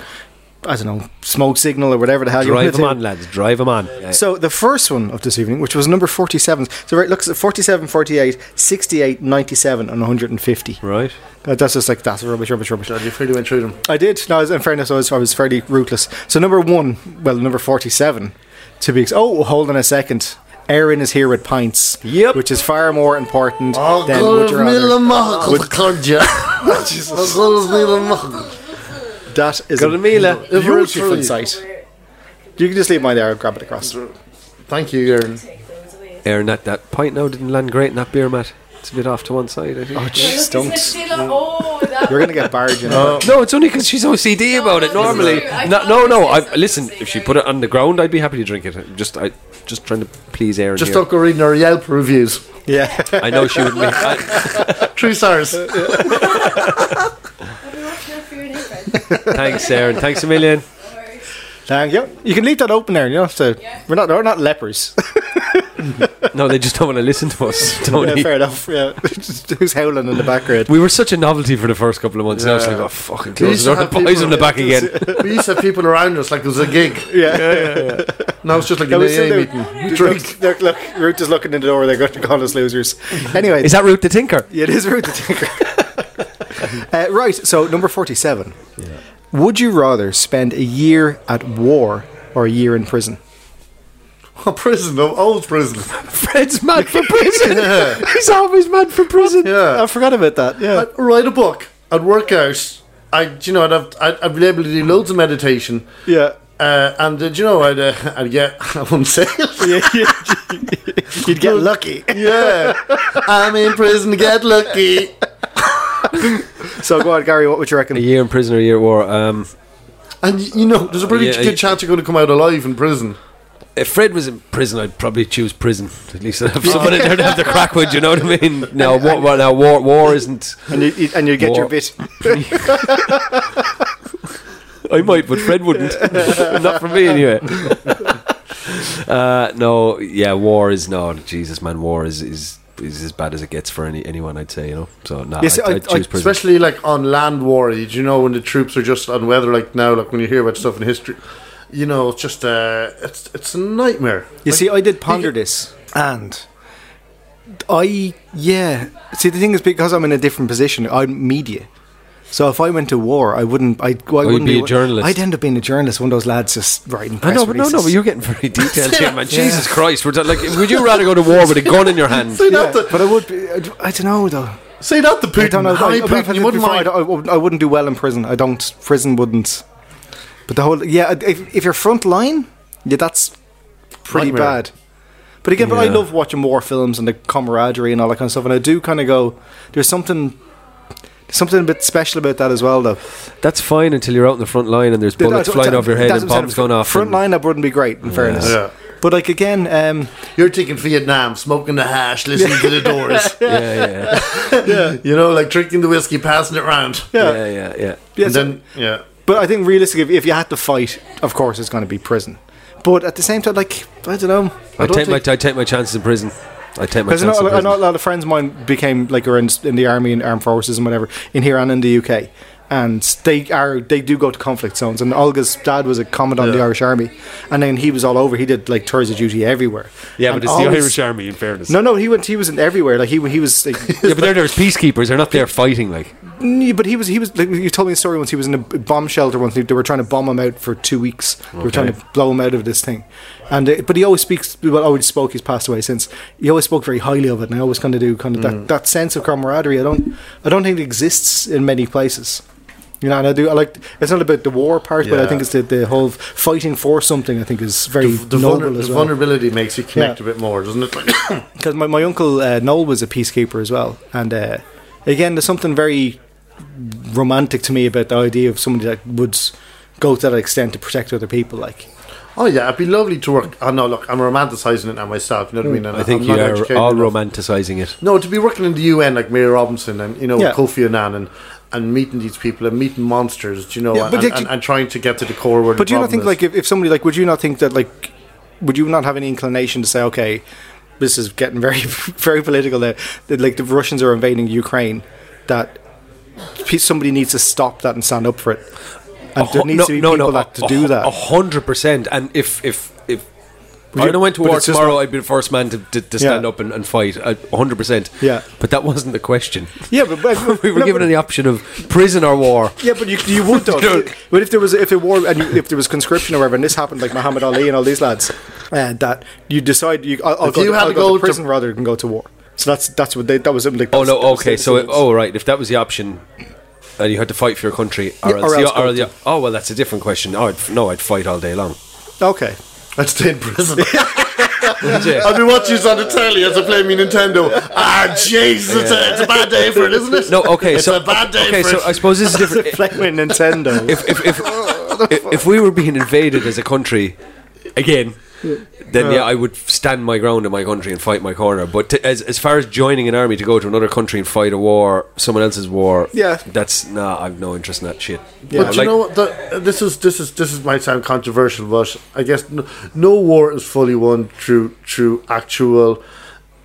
S2: I don't know smoke signal or whatever the hell you
S4: Drive
S2: want
S4: them
S2: to
S4: on, lads. Drive them on. Yeah.
S2: So the first one of this evening, which was number 47, so right, looks at 47, 48, 68, 97 and 150.
S4: right.
S2: Uh, That's just like, that's rubbish, rubbish, rubbish.
S3: God, you fairly went through them.
S2: I did. No, I was- in fairness, I was, I was fairly ruthless. So number one, well, number forty-seven, to be. Ex- oh, hold on a second. Aaron is here with pints.
S4: Yep.
S2: Which is far more important
S3: Oh,
S2: than
S3: God,
S2: would you rather.
S3: Mila Mahal, can't you? [LAUGHS] Oh, God, Mila Mahal.
S2: that is
S4: Got a Mila.
S2: beautiful
S3: Everett
S2: sight. You can just leave mine there. I'll grab it across.
S3: Thank you, Aaron.
S4: Aaron, that, that pint now didn't land great in that beer mat. It's a bit off to one side, I think.
S2: Oh, jeez,
S6: Don't.
S2: don't.
S6: Oh, that
S2: You're gonna get barred. You know.
S3: Oh,
S4: No, it's only because she's OCD
S6: No,
S4: about it.
S6: that's true.
S4: Normally,
S6: I
S4: no,
S6: thought
S4: no,
S6: you
S4: no.
S6: said
S4: I
S6: something
S4: listen. If she
S6: there.
S4: put it on the ground, I'd be happy to drink it. I'm just, I, just trying to please Aaron.
S3: just
S4: here.
S3: don't go reading our Yelp reviews.
S2: Yeah.
S4: I know she wouldn't.
S2: [LAUGHS]
S4: Be, I,
S3: Three stars.
S2: [LAUGHS]
S4: thanks, Aaron. Thanks a million.
S2: Thank you. You can leave that open there. You don't have to. We're not. We're not lepers.
S4: No, they just don't want to listen to us,
S2: yeah,
S4: Tony.
S2: fair enough. Yeah. [LAUGHS] Just Who's howling in the background?
S4: Oh, We were such a novelty for the first couple of months. Now it's like, oh fucking, close the door, the boys on the back again.
S3: We used to have people around us like it was a gig.
S2: Yeah.
S3: Now it's just like
S2: No,
S3: an
S2: we still
S3: AA
S2: do.
S3: meeting.
S2: [LAUGHS]
S3: Drink.
S2: Look, look, look, Root is looking in the door. They're going to call us losers. Anyway,
S4: Is that Root
S2: [LAUGHS]
S4: the Tinker?
S2: it is Root the Tinker. [LAUGHS] uh, right, so number 47. Would you rather spend a year at war or a year in prison?
S3: Oh, prison, the old prison.
S4: Fred's mad for prison.
S3: Yeah.
S2: [LAUGHS]
S4: He's always mad for prison.
S3: Yeah.
S2: I forgot about that. Yeah.
S3: I'd write a book. I'd work out. I, you know, I'd, have, I'd, I'd be able to do loads of meditation.
S2: yeah.
S3: Uh, and uh, do you know, I'd, uh, I'd get [LAUGHS] on sale.
S2: [LAUGHS] You'd get lucky.
S3: yeah, I'm in prison. Get lucky.
S2: So go on, Gary, what would you
S4: A
S2: reckon?
S4: year in prison or a year at war. Um,
S3: And y- you know, there's a pretty
S4: Yeah,
S3: good
S4: I-
S3: chance you're going to come out alive in prison.
S4: if Fred was in prison, I'd probably choose prison. At least I'd have someone in there to have the crack with. You know what I
S2: [LAUGHS]
S4: mean? Now, war, well, now war, war isn't.
S2: And you and you'd get your
S4: War.
S2: bit.
S4: I might, but Fred wouldn't. [LAUGHS] Not for
S2: [LAUGHS]
S4: me, anyway. uh, no, yeah, war is no. Jesus, man, war is is is as bad as it gets for any anyone. I'd say, you know. So no,
S2: Yes,
S4: I'd,
S2: I-
S4: I'd choose
S2: I-
S4: prison.
S3: Especially like on land war, you do you know, when the troops are just on weather like now, like when you hear about stuff in history, you know, it's just uh, it's it's a nightmare.
S2: You
S3: Like,
S2: see, I did ponder this, and I yeah. See, the thing is, because I'm in a different position, I'm media. So if I went to war, I wouldn't. I, I wouldn't
S4: be a journalist.
S2: I'd end up being a journalist. One of those lads just writing
S4: I
S2: press
S4: know, but no, no,
S2: releases.
S4: but you're getting very detailed here,
S2: [LAUGHS]
S4: man. Jesus Christ, we're t- like, would you rather go to war with a gun in your hand?
S2: [LAUGHS]
S3: say
S2: Yeah,
S3: that to
S2: but I would. Be, I, d- I don't know though.
S3: say that to Putin.
S2: I don't know.
S3: Hi,
S2: I,
S3: Putin,
S2: I,
S3: you wouldn't
S2: before, I,
S3: mind.
S2: don't- I wouldn't- I wouldn't do well in prison. I don't. Prison wouldn't. But the whole yeah. If, if you're front line, yeah, that's pretty
S3: Nightmare.
S2: bad. But again, but I
S4: Yeah.
S2: love watching war films and the camaraderie and all that kind of stuff. And I do kind of go, there's something, there's something a bit special about that as well, though.
S4: That's fine until you're out in the front line and there's bullets
S2: That's-
S4: flying over your head
S2: that's
S4: and
S2: what I'm
S4: bombs
S2: saying.
S4: going off.
S2: Front
S4: and-
S2: line, that wouldn't be great, in fairness.
S3: Yeah.
S2: But like again, um,
S3: You're taking Vietnam, smoking the hash, listening to the doors.
S4: Yeah, yeah,
S3: You know, like drinking the whiskey, passing it around.
S4: yeah, yeah, yeah, yeah.
S2: [LAUGHS] yeah,
S3: And
S2: so-
S3: then, yeah.
S2: But I think realistically, if, if you had to fight, of course, it's going to be prison. But at the same time, like I don't know,
S4: I,
S2: don't
S4: take
S2: think-
S4: my I take my chances in prison. I take my
S2: Because
S4: chances
S2: I,
S4: in
S2: know- I
S4: prison.
S2: know a lot of friends of mine became like are in, in the army and armed forces and whatever in here and in the UK, and they are they do go to conflict zones. And Olga's dad was a commandant of the
S3: Yeah.
S2: Irish Army, and then he was all over. He did like tours of duty everywhere.
S6: Yeah,
S2: And
S6: but it's the
S2: always-
S6: Irish Army. In fairness,
S2: No, no, he went. He was in everywhere. Like he he was.
S6: [LAUGHS]
S2: Like,
S4: Yeah, but they're there as peacekeepers. They're not there fighting. Like
S2: Yeah, but he was he was like you told me a story once. He was in a b- bomb shelter once. They were trying to bomb him out for two weeks. They were trying to blow him out of this thing, and uh, but he always speaks. Well, always spoke. He's passed away since. He always spoke very highly of it, and I always kind of do kind of that,
S3: Mm.
S2: that sense of camaraderie. I don't I don't think it exists in many places. You know, and I do. I like. It's not about the war part, but I
S3: Yeah.
S2: think it's the, the whole fighting for something. I think is very
S3: The,
S2: noble
S3: vulner-
S2: as
S3: the
S2: well.
S3: vulnerability makes you connect
S2: Yeah.
S3: a bit more, doesn't it? [COUGHS] Like,
S2: because my, my uncle uh, Noel was a peacekeeper as well, and uh, again, there's something very romantic to me about the idea of somebody that would go to that extent to protect other people. Like,
S3: oh yeah, it'd be lovely to work. Oh no, look, I'm romanticising it now myself. You know what I mean? And
S4: Mm. I think
S3: I'm
S4: you
S3: not
S4: are
S3: educated
S4: all
S3: enough.
S4: romanticising it.
S3: No, to be working in the UN like Mary Robinson and you know
S2: Yeah.
S3: Kofi Annan and, and meeting these people and meeting monsters, do you know,
S2: Yeah,
S3: and,
S2: but
S3: and,
S2: yet you-
S3: and trying to get to the core where.
S2: but
S3: the
S2: do you not think
S3: problem is.
S2: like if, if somebody like would you not think that like would you not have any inclination to say okay, this is getting very [LAUGHS] very political there. That, like the Russians are invading Ukraine, that pe- somebody needs to stop that and stand up for it. And
S4: A
S2: there
S4: hu-
S2: needs to be people that to
S4: a-
S2: do that.
S4: A hundred percent. And if if if
S2: you-
S4: I went to
S2: but
S4: war
S2: it's just
S4: tomorrow, I'd be the first man to, to, to stand
S2: Yeah.
S4: up and, and fight. uh, A hundred percent.
S2: Yeah.
S4: But that wasn't the question. [LAUGHS]
S2: yeah, but, but
S4: we were
S2: no,
S4: given
S2: but-
S4: the option of prison or war.
S2: Yeah, but you, you would
S3: [LAUGHS]
S2: though. but if there was if it war and you, if there was conscription or whatever, and this happened like Muhammad Ali and all these lads, and that you decide you I'll, I'll
S3: If
S2: go,
S3: you
S2: to,
S3: had
S2: I'll
S3: to
S2: go,
S3: go
S2: to
S3: to-
S2: prison rather than go to war. So that's that's what they that was like.
S4: Oh
S2: that's-
S4: no.
S2: that was
S4: Okay.
S2: their
S4: So it,
S2: decisions.
S4: oh right. If that was the option, and you had to fight for your country, or
S2: Yeah,
S4: else,
S2: or
S4: the-
S2: else go
S4: or the-
S2: to-
S4: oh well, that's a different question. Oh, I'd, f- no, I'd fight all day
S3: [LAUGHS]
S4: long.
S2: okay.
S3: I'd stay
S2: [LAUGHS]
S3: in prison.
S4: That's it.
S3: I'd be watching this on the telly as I play me Nintendo. Ah, jeez, it's, a, it's a bad day for it, isn't it?
S4: [LAUGHS] No. Okay.
S3: it's
S4: so
S3: a bad day
S4: okay.
S3: for
S4: So
S3: it.
S4: I suppose this is different.
S3: [LAUGHS]
S2: Playing with Nintendo.
S4: [LAUGHS] if if if, if, if we were being invaded as a country again, then yeah, I would stand my ground in my country and fight my corner. But to, as as far as joining an army to go to another country and fight a war, someone else's war,
S2: Yeah.
S4: that's nah. I've no interest in that shit.
S3: but you know what? The, this is this is this is might sound controversial, but I guess no, no war is fully won through through actual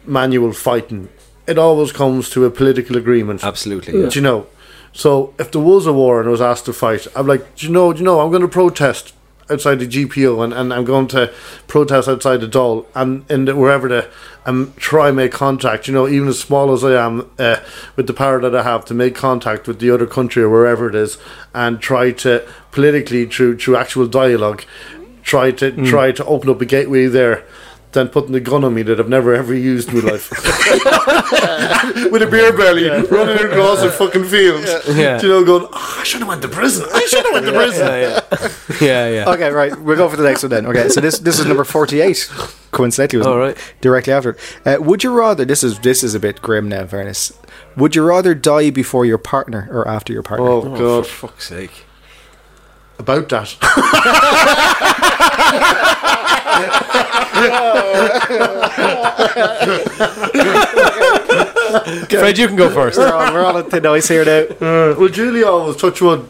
S3: manual fighting. It always comes to a political agreement.
S4: absolutely. Yeah.
S3: Do you know? So if there was a war and I was asked to fight, I'm like, do you know, do you know, I'm going to protest outside the GPO and, and I'm going to protest outside the doll and in the, wherever the and try and make contact. You know, even as small as I am, uh, with the power that I have to make contact with the other country or wherever it is, and try to politically through through actual dialogue, try to
S4: Mm.
S3: try to open up a gateway there. Than putting a gun on me that I've never ever used in
S4: [LAUGHS]
S3: my life. with a beer belly running across a fucking field.
S4: Yeah.
S3: Do you know, going, "Ah, I should have went to prison. I should have went to prison. [LAUGHS]
S4: yeah, yeah.
S2: okay, right. We'll go for the next one then. Okay, so this this is number forty-eight. Coincidentally, was
S4: All right.
S2: directly after. Uh, would you rather? This is this is a bit grim now. In fairness, would you rather die before your partner or after your partner?
S3: Oh, God.
S4: For fuck's sake.
S3: About that. [LAUGHS]
S4: Fred, you can go first.
S2: We're all, we're all at the noise here now.
S3: well, Julie always, touch wood,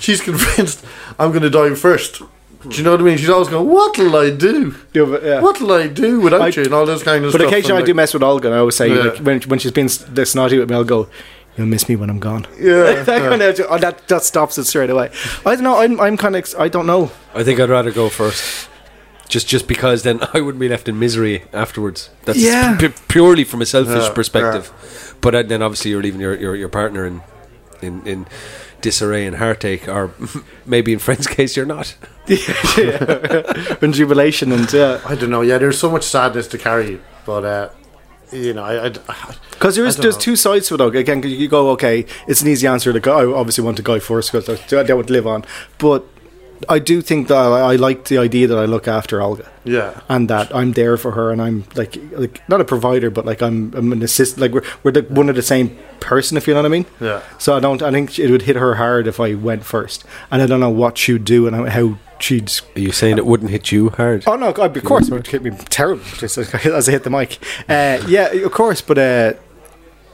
S3: she's convinced I'm going to die first. Do you know what I mean? She's always going, What'll I do?
S2: Yeah, but, yeah.
S3: What'll I do without
S2: I-
S3: you? And all this kind of
S2: But
S3: stuff.
S2: occasionally
S3: I'm
S2: I do
S3: like,
S2: mess with Olga, and I always say,
S3: Yeah.
S2: like, when, when she's been s- this naughty with me, I'll go, You'll miss me when I'm gone.
S3: Yeah.
S2: [LAUGHS] that, kind of, oh, that, that stops it straight away. I don't know. I'm, I'm kind of, I don't
S3: [LAUGHS]
S2: know. [LAUGHS]
S4: I think I'd rather go first. Just, just because then [LAUGHS] I wouldn't be left in misery afterwards. That's
S2: Yeah.
S4: p- purely from a selfish
S3: Yeah,
S4: perspective. But uh, then obviously you're leaving your, your, your partner in, in in disarray and heartache, or [LAUGHS] maybe in Fred's [LAUGHS] case you're not.
S2: And jubilation, and yeah.
S3: I don't know. Yeah, there's so much sadness to carry. But, uh, you know, I. I
S2: Because there is,
S3: don't
S2: there's
S3: know.
S2: two sides to it, Olga. Again, 'cause you go, okay, it's an easy answer. Like, I obviously want to go first because I don't want to live on. But I do think that I, I like the idea that I look after Olga.
S3: yeah.
S2: and that I'm there for her, and I'm like like not a provider, but like I'm I'm an assist. Like we're we're the, one of the same person, if you know what I mean.
S3: Yeah.
S2: So I don't. I think it would hit her hard if I went first, and I don't know what she'd do and how she'd.
S4: Are you saying it wouldn't hit you hard?
S2: Oh no! God, of course, it would hit me terrible just as as I hit the mic. Uh, yeah, of course, but uh,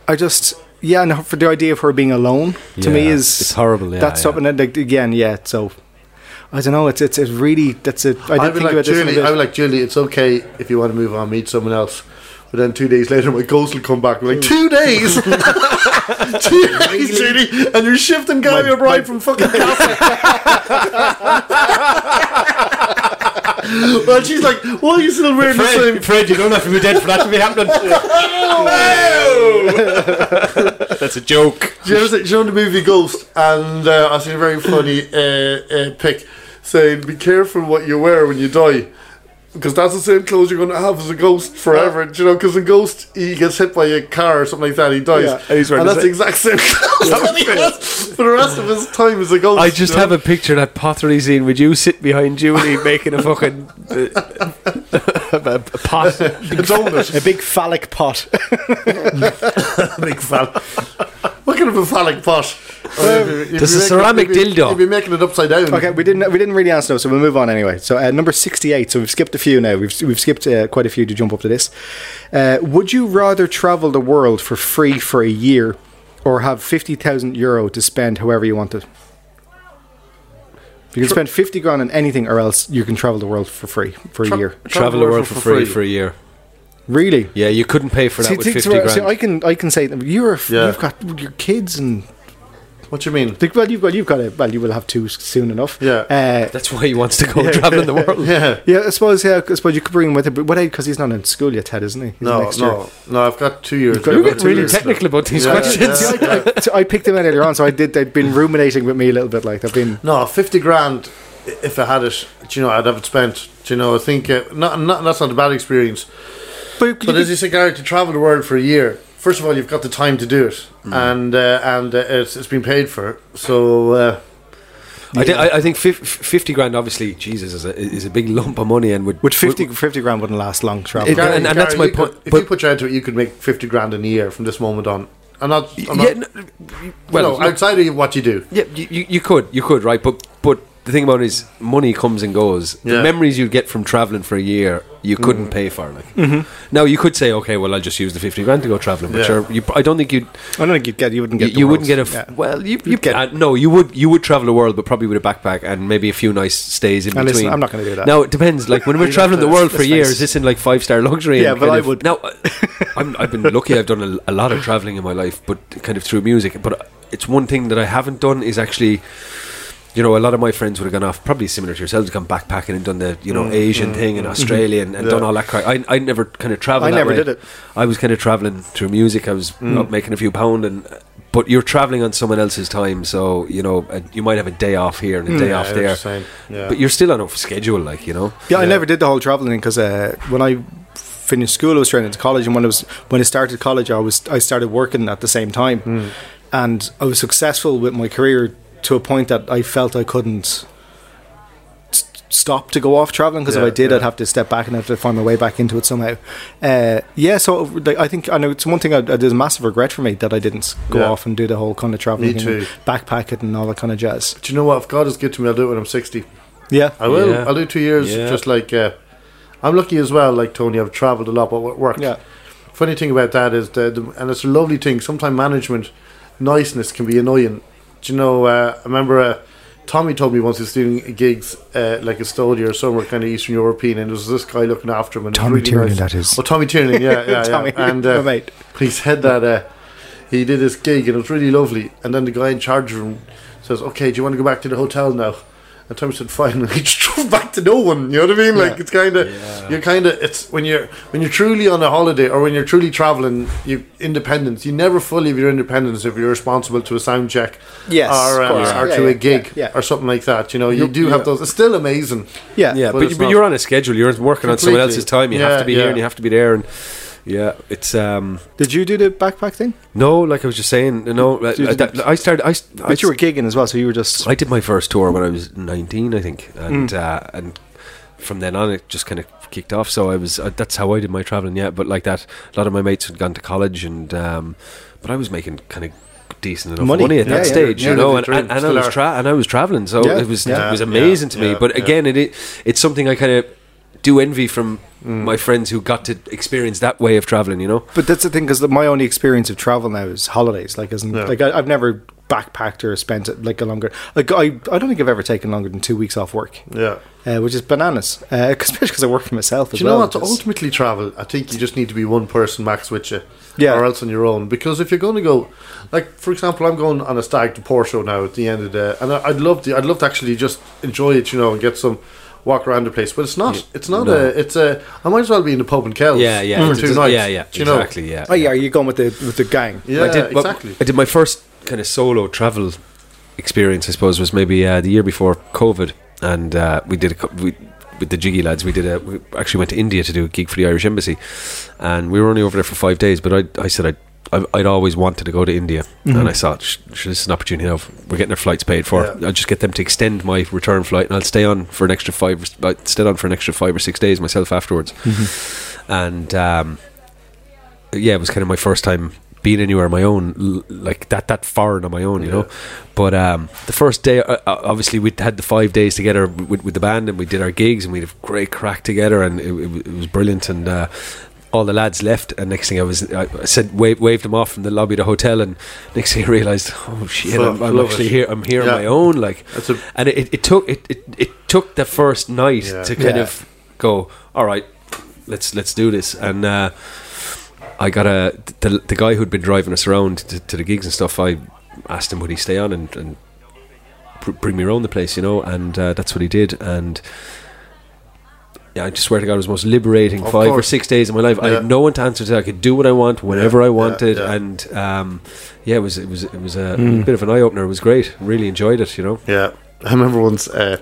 S2: I just. Yeah, and for the idea of her being alone to me
S4: Yeah,
S2: is
S4: it's horrible, yeah,
S2: that's
S4: yeah.
S2: something that like, again, yeah. So I don't know. It's it's, it's really that's it. I
S3: I'd
S2: didn't
S3: be
S2: think
S3: like
S2: about this. in a
S3: Julie.
S2: bit.
S3: I'd be like Julie. It's okay if you
S2: [LAUGHS]
S3: want to move on, meet someone else. But then two days later, my ghost will come back. and be like two days. Judy, and you're shifting Gary O'Brien from
S2: [LAUGHS]
S3: fucking Catholic. [LAUGHS] well, she's like, why are you still wearing the same?
S6: Fred, Fred, you don't have to be dead for that to
S4: [LAUGHS]
S6: be happening.
S4: [LAUGHS]
S6: That's a joke.
S3: Do you ever see, do you know the movie Ghost? And uh, I seen a very funny uh, uh, pic saying, "Be careful what you wear when you die." Because that's the same clothes you're going to have as a ghost forever, do you know. Because a ghost, he gets hit by a car or something like that, he dies,
S2: Yeah,
S3: and,
S2: and
S4: he's wearing
S3: that's the
S4: the
S3: exact same clothes that he has for the rest of his time as a ghost.
S4: I just
S3: you know?
S4: have a picture of that pottery scene with you sitting behind Julie making a fucking uh, [LAUGHS] a, a pot.
S3: a donut.
S2: A big phallic pot.
S3: big fell. [LAUGHS] What kind of a phallic pot?
S4: There's a ceramic dildo.
S3: You'd be making it upside down.
S4: Mm.
S2: Okay, we didn't we didn't really answer those, so we'll move on anyway. So uh, number sixty eight. So we've skipped a few now. We've we've skipped uh, quite a few to jump up to this. Uh, would you rather travel the world for free for a year, or have fifty thousand euro to spend however you wanted? You can spend fifty grand on anything, or else you can travel the world for free for a year.
S4: Travel the world for free for a year.
S2: Really?
S4: Yeah, you couldn't pay for that
S2: See,
S4: with
S2: things
S4: fifty
S2: where-
S4: grand.
S2: see, I can I can say you're
S3: Yeah.
S2: you've got your kids and
S3: What do you mean? [LAUGHS]
S2: well you've got you've got a, well you will have two soon enough.
S3: Yeah.
S2: Uh,
S4: That's why he wants to go traveling the world. [LAUGHS]
S3: Yeah.
S2: Yeah, I suppose. Yeah, I suppose you could bring him with it, but what? Because he's not in school yet, Ted, isn't he? He's
S3: No,
S2: next year.
S3: no, no. I've got two years.
S2: got-
S3: I've
S2: you
S3: got
S2: get
S3: two
S2: really
S3: years
S4: technical
S3: now.
S4: about these
S3: Yeah,
S4: questions.
S3: yeah.
S2: I, I- so I picked him out earlier on, so I did. They'd been ruminating with me a little bit, like they've been.
S3: No, fifty grand. i- If I had it, do you know, I'd have it spent. Do you know, I think uh, not, not. That's not a bad experience.
S2: But,
S3: But as you say, Gary, to travel the world for a year, first of all, you've got the time to do it, and uh, and uh, it's, it's been paid for. So uh,
S4: I, thi- I, I think fif- fifty grand, obviously, Jesus, is a, is a big lump of money, and would
S2: with 50, 50 grand wouldn't last long travel.
S4: It- and- and that's my
S3: you could-
S4: point,
S3: If
S4: but-
S3: you put your head to it, you could make fifty grand in a year from this moment on. I'm not.
S4: Yeah,
S3: I'm not
S4: n-
S3: well,
S4: well,
S3: no, outside of what you do.
S4: Yeah, you, you, you could, you could, right? But but the thing about it is, money comes and goes.
S3: Yeah.
S4: The memories you'd get from traveling for a year,
S2: Mm.
S4: you couldn't pay for. Like,
S2: Mm-hmm.
S4: now you could say, okay, well, I'll just use the fifty grand to go traveling. But
S3: Yeah.
S4: sure, you, I don't think you'd,
S2: I don't think you'd get. You wouldn't
S4: you,
S2: get. the
S4: you wouldn't get a
S2: world.
S4: f-
S2: Yeah.
S4: well, you
S2: You'd
S4: you
S2: get-
S4: get uh, no, you would you would travel the world, but probably with a backpack and maybe a few nice stays in
S2: Now,
S4: between.
S2: listen, I'm not gonna do that.
S4: Now it depends.
S2: [LAUGHS]
S4: Like when we're traveling the world for
S2: let's
S4: a year,
S2: face
S4: is this in like five star luxury?
S2: Yeah,
S4: and
S2: but
S4: kind
S2: I
S4: of-
S2: would-
S4: Now I- [LAUGHS] I'm, I've been lucky. I've done a, a lot of traveling in my life, but kind of through music. But it's one thing that I haven't done is actually you know, a lot of my friends would have gone off, probably similar to yourselves, gone backpacking and done the, you know, Asian thing and Australia and, and done all that crap. I, I never kind of traveled.
S2: I
S4: that
S2: never
S4: way.
S2: did it.
S4: I was kind of traveling through music. I was up making a few pound, and but you're traveling on someone else's time, so you know uh, you might have a day off here and a day
S3: Yeah,
S4: off
S3: I know what you're
S4: there,
S3: saying. Yeah.
S4: but you're still on a schedule, like you know.
S2: Yeah, I never did the whole traveling because uh, when I finished school, I was straight into college, and when I was when I started college, I was I started working at the same time,
S3: Hmm.
S2: and I was successful with my career to a point that I felt I couldn't s- stop to go off traveling because
S3: Yeah,
S2: if I did,
S3: yeah.
S2: I'd have to step back and have to find my way back into it somehow. Uh, yeah, so like, I think I know it's one thing I, there's massive regret for me that I didn't go
S3: Yeah.
S2: off and do the whole kind of traveling,
S3: too.
S2: and backpack it and all that kind of jazz.
S3: Do you know what? If God is good to me, I'll do it when I'm sixty.
S2: Yeah,
S3: I will.
S4: Yeah.
S3: I'll do two years.
S4: Yeah.
S3: Just like uh, I'm lucky as well. Like Tony, I've travelled a lot, but what worked.
S2: Yeah.
S3: Funny thing about that is the, the and it's a lovely thing. Sometimes management niceness can be annoying. Do you know? Uh, I remember uh, Tommy told me once he was doing gigs uh, like Estonia or somewhere kind of Eastern European, and there was this guy looking after him. And it was
S2: Tommy
S3: really
S2: Tiernan,
S3: nice.
S2: that is.
S3: Oh, Tommy
S2: [LAUGHS]
S3: Tiernan. Yeah, yeah,
S2: Tommy,
S3: yeah. And
S2: my
S3: uh,
S2: mate.
S3: he said that uh, he did his gig and it was really lovely. And then the guy in charge of him says, "Okay, do you want to go back to the hotel now?" And Tommy said, "Fine." [LAUGHS] And he just drove back to no one. You know what I mean? Like it's kind of you're kind of it's when you're when you're truly on a holiday or when you're truly traveling, you independence. You never fully have your independence if you're responsible to a sound check,
S2: Yes,
S3: or,
S2: of
S3: um,
S2: course.
S3: or
S2: Yeah,
S3: to
S2: yeah,
S3: a gig
S2: yeah, yeah.
S3: or something like that. You know, you do
S2: yeah.
S3: have those. It's still amazing.
S2: yeah,
S4: Yeah,
S3: But
S4: but,
S3: it's
S4: but
S3: not-
S4: you're on a schedule. You're working on
S3: Completely.
S4: someone else's time. You
S3: Yeah,
S4: have to be
S3: yeah.
S4: here and you have to be there, and yeah, it's um
S2: Did you do the backpack thing?
S4: no, like I was just saying, no, I,
S2: you-
S4: I, I started. I, s- I
S2: But you were gigging as well, so you were just
S4: I did my first tour when I was 19, I think, and
S3: Hmm.
S4: uh, and from then on it just kind of kicked off. So I was uh, that's how I did my traveling. Yeah, but like that, a lot of my mates had gone to college, and um, but I was making kind of decent enough
S2: Money.
S4: money, at
S2: Yeah,
S4: that
S2: yeah.
S4: stage,
S3: Yeah,
S4: you know,
S3: living
S4: and,
S3: the
S4: and,
S3: dream.
S4: and I
S3: Still
S4: was
S3: are.
S4: tra- and I was traveling, so
S2: Yeah.
S4: it was
S2: Yeah.
S4: it was
S3: Yeah,
S4: amazing to me.
S3: yeah,
S4: but
S3: yeah.
S4: again, it, it it's something I kind of do envy from
S3: Hmm.
S4: my friends who got to experience that way of traveling. You know,
S2: But that's the thing, because my only experience of travel now is holidays. Like, isn't
S3: Yeah.
S2: like I, I've never backpacked or spent like a longer. Like I, I don't think I've ever taken longer than two weeks off work.
S3: Yeah.
S2: Uh, which is bananas, uh, [LAUGHS] especially because I work for myself as
S3: Do you know
S2: well.
S3: what? To
S2: It's-
S3: ultimately travel, I think you just need to be one person max with you,
S2: Yeah.
S3: or else on your own. Because if you're going to go, like for example, I'm going on a stag to Porto now at the end of the, and I- I'd love to, I'd love to actually just enjoy it, you know, and get some walk around the place. But it's not, it's not
S4: no.
S3: a, it's a. I might as well be in the pub and Kells.
S4: Yeah, yeah,
S3: for
S4: it's-
S3: two
S4: it's-
S3: nights.
S4: yeah, yeah,
S3: do you know?
S4: exactly, yeah.
S2: Oh yeah, you're going with the with the gang.
S3: Yeah,
S4: I did, well,
S3: exactly.
S4: I did my first kind of solo travel experience. I suppose was maybe uh, the year before COVID, and uh, we did a cou- we with the Jiggy lads. We did a we actually went to India to do a gig for the Irish Embassy, and we were only over there for five days. But I I said I. I'd, I'd always wanted to go to India,
S3: Mm-hmm.
S4: and I thought "Sh- sh- this is an opportunity. Now we're getting our flights paid for.
S3: Yeah.
S4: I'll just get them to extend my return flight, and I'll stay on for an extra five. or s- I'd stay on for an extra five or six days myself afterwards.
S3: Mm-hmm.
S4: And um, yeah, it was kind of my first time being anywhere on my own, l- like that that foreign on my own, you know. But um, the first day, uh, uh, obviously, we'd had the five days together with, with the band, and we did our gigs, and we had a great crack together, and it, it, wa- it was brilliant. And uh, all the lads left, and next thing I was, I I said, wave, waved them off from the lobby of the hotel, and next thing I realized, [LAUGHS] oh shit, I'm,
S3: Fuck,
S4: I'm
S3: love
S4: actually
S3: it.
S4: here, I'm here
S3: Yeah.
S4: on my own, like,
S3: That's a-
S4: and it, it took it, it it took the first night
S3: Yeah.
S4: to kind
S2: Yeah.
S4: of go, all right, let's let's do this, and. Uh, I got a the, the guy who'd been driving us around to, to the gigs and stuff. I asked him would he stay on and, and br- bring me around the place, you know, and uh, that's what he did. And yeah, I just swear to God, it was the most liberating
S3: Of
S4: five or
S3: course.
S4: six days of my life. I
S3: Yeah.
S4: had no one to answer to. I could do what I want whenever I wanted,
S3: yeah. Hmm.
S4: and um, yeah, it was it was it was a bit of an eye opener. It was great. Really enjoyed it, you know.
S3: Yeah, I remember once uh,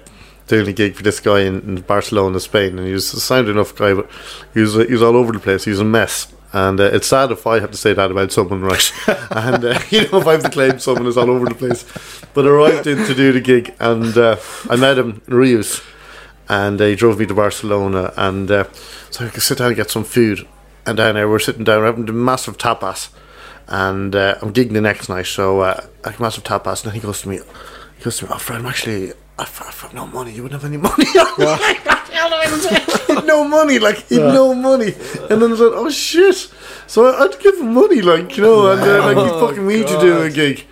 S3: doing a gig for this guy in, in Barcelona, Spain, and he was a sound enough guy, but he was he was all over the place. He was a mess. And uh, it's sad if I have to say that about someone, right? [LAUGHS] and uh, you know, if I have to claim someone is all over the place. But I arrived in to do the gig, and uh, I met him in Reus, and uh, he drove me to Barcelona, and uh, so I could sit down and get some food. And down there, we're sitting down, we're having a massive tapas, and uh, I'm gigging the next night, so uh, I had a massive tapas, and then he goes to me, he goes to me, oh, Fred, I'm actually, I've, I've got no money, you wouldn't have any money. [LAUGHS] He'd no money, like he'd no money, and then I said, "Oh shit!" So I, I'd give him money, like you know, and uh, like he fucking me to do a gig,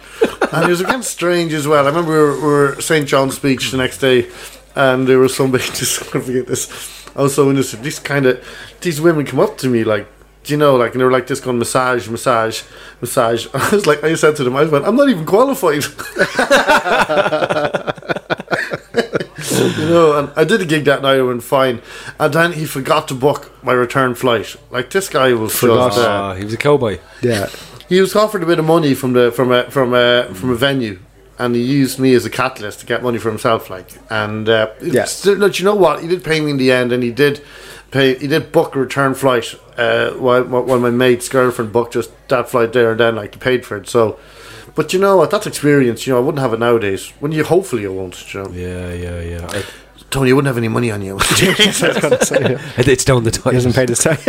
S3: and it was again strange as well. I remember we were, we were St John's Beach the next day, and there was somebody [LAUGHS] just gonna forget this. I was so innocent. These kind of these women come up to me like. Do you know, like, and they were like just going massage, massage, massage. [LAUGHS] I was like, I said to them, I went, I'm not even qualified. [LAUGHS] you know, and I did a gig that night. I went fine, and then he forgot to book my return flight. Like this guy was just, uh,
S4: Ah, he was a cowboy. [LAUGHS]
S2: Yeah,
S3: he was offered a bit of money from the from a from a from a venue, and he used me as a catalyst to get money for himself. Like, and uh,
S2: Yeah.
S3: it's- look, you know what? He did pay me in the end, and he did pay. He did book a return flight. Uh, while while my mate's girlfriend booked just that flight there and then, like he paid for it. So, but you know what? That's experience. You know, I wouldn't have it nowadays. When you hopefully you won't. You know,
S4: Yeah, yeah, yeah. I-
S3: Tony, you wouldn't have any money on
S4: [LAUGHS]
S3: you. [LAUGHS]
S4: it's down the time.
S2: he hasn't paid his tax.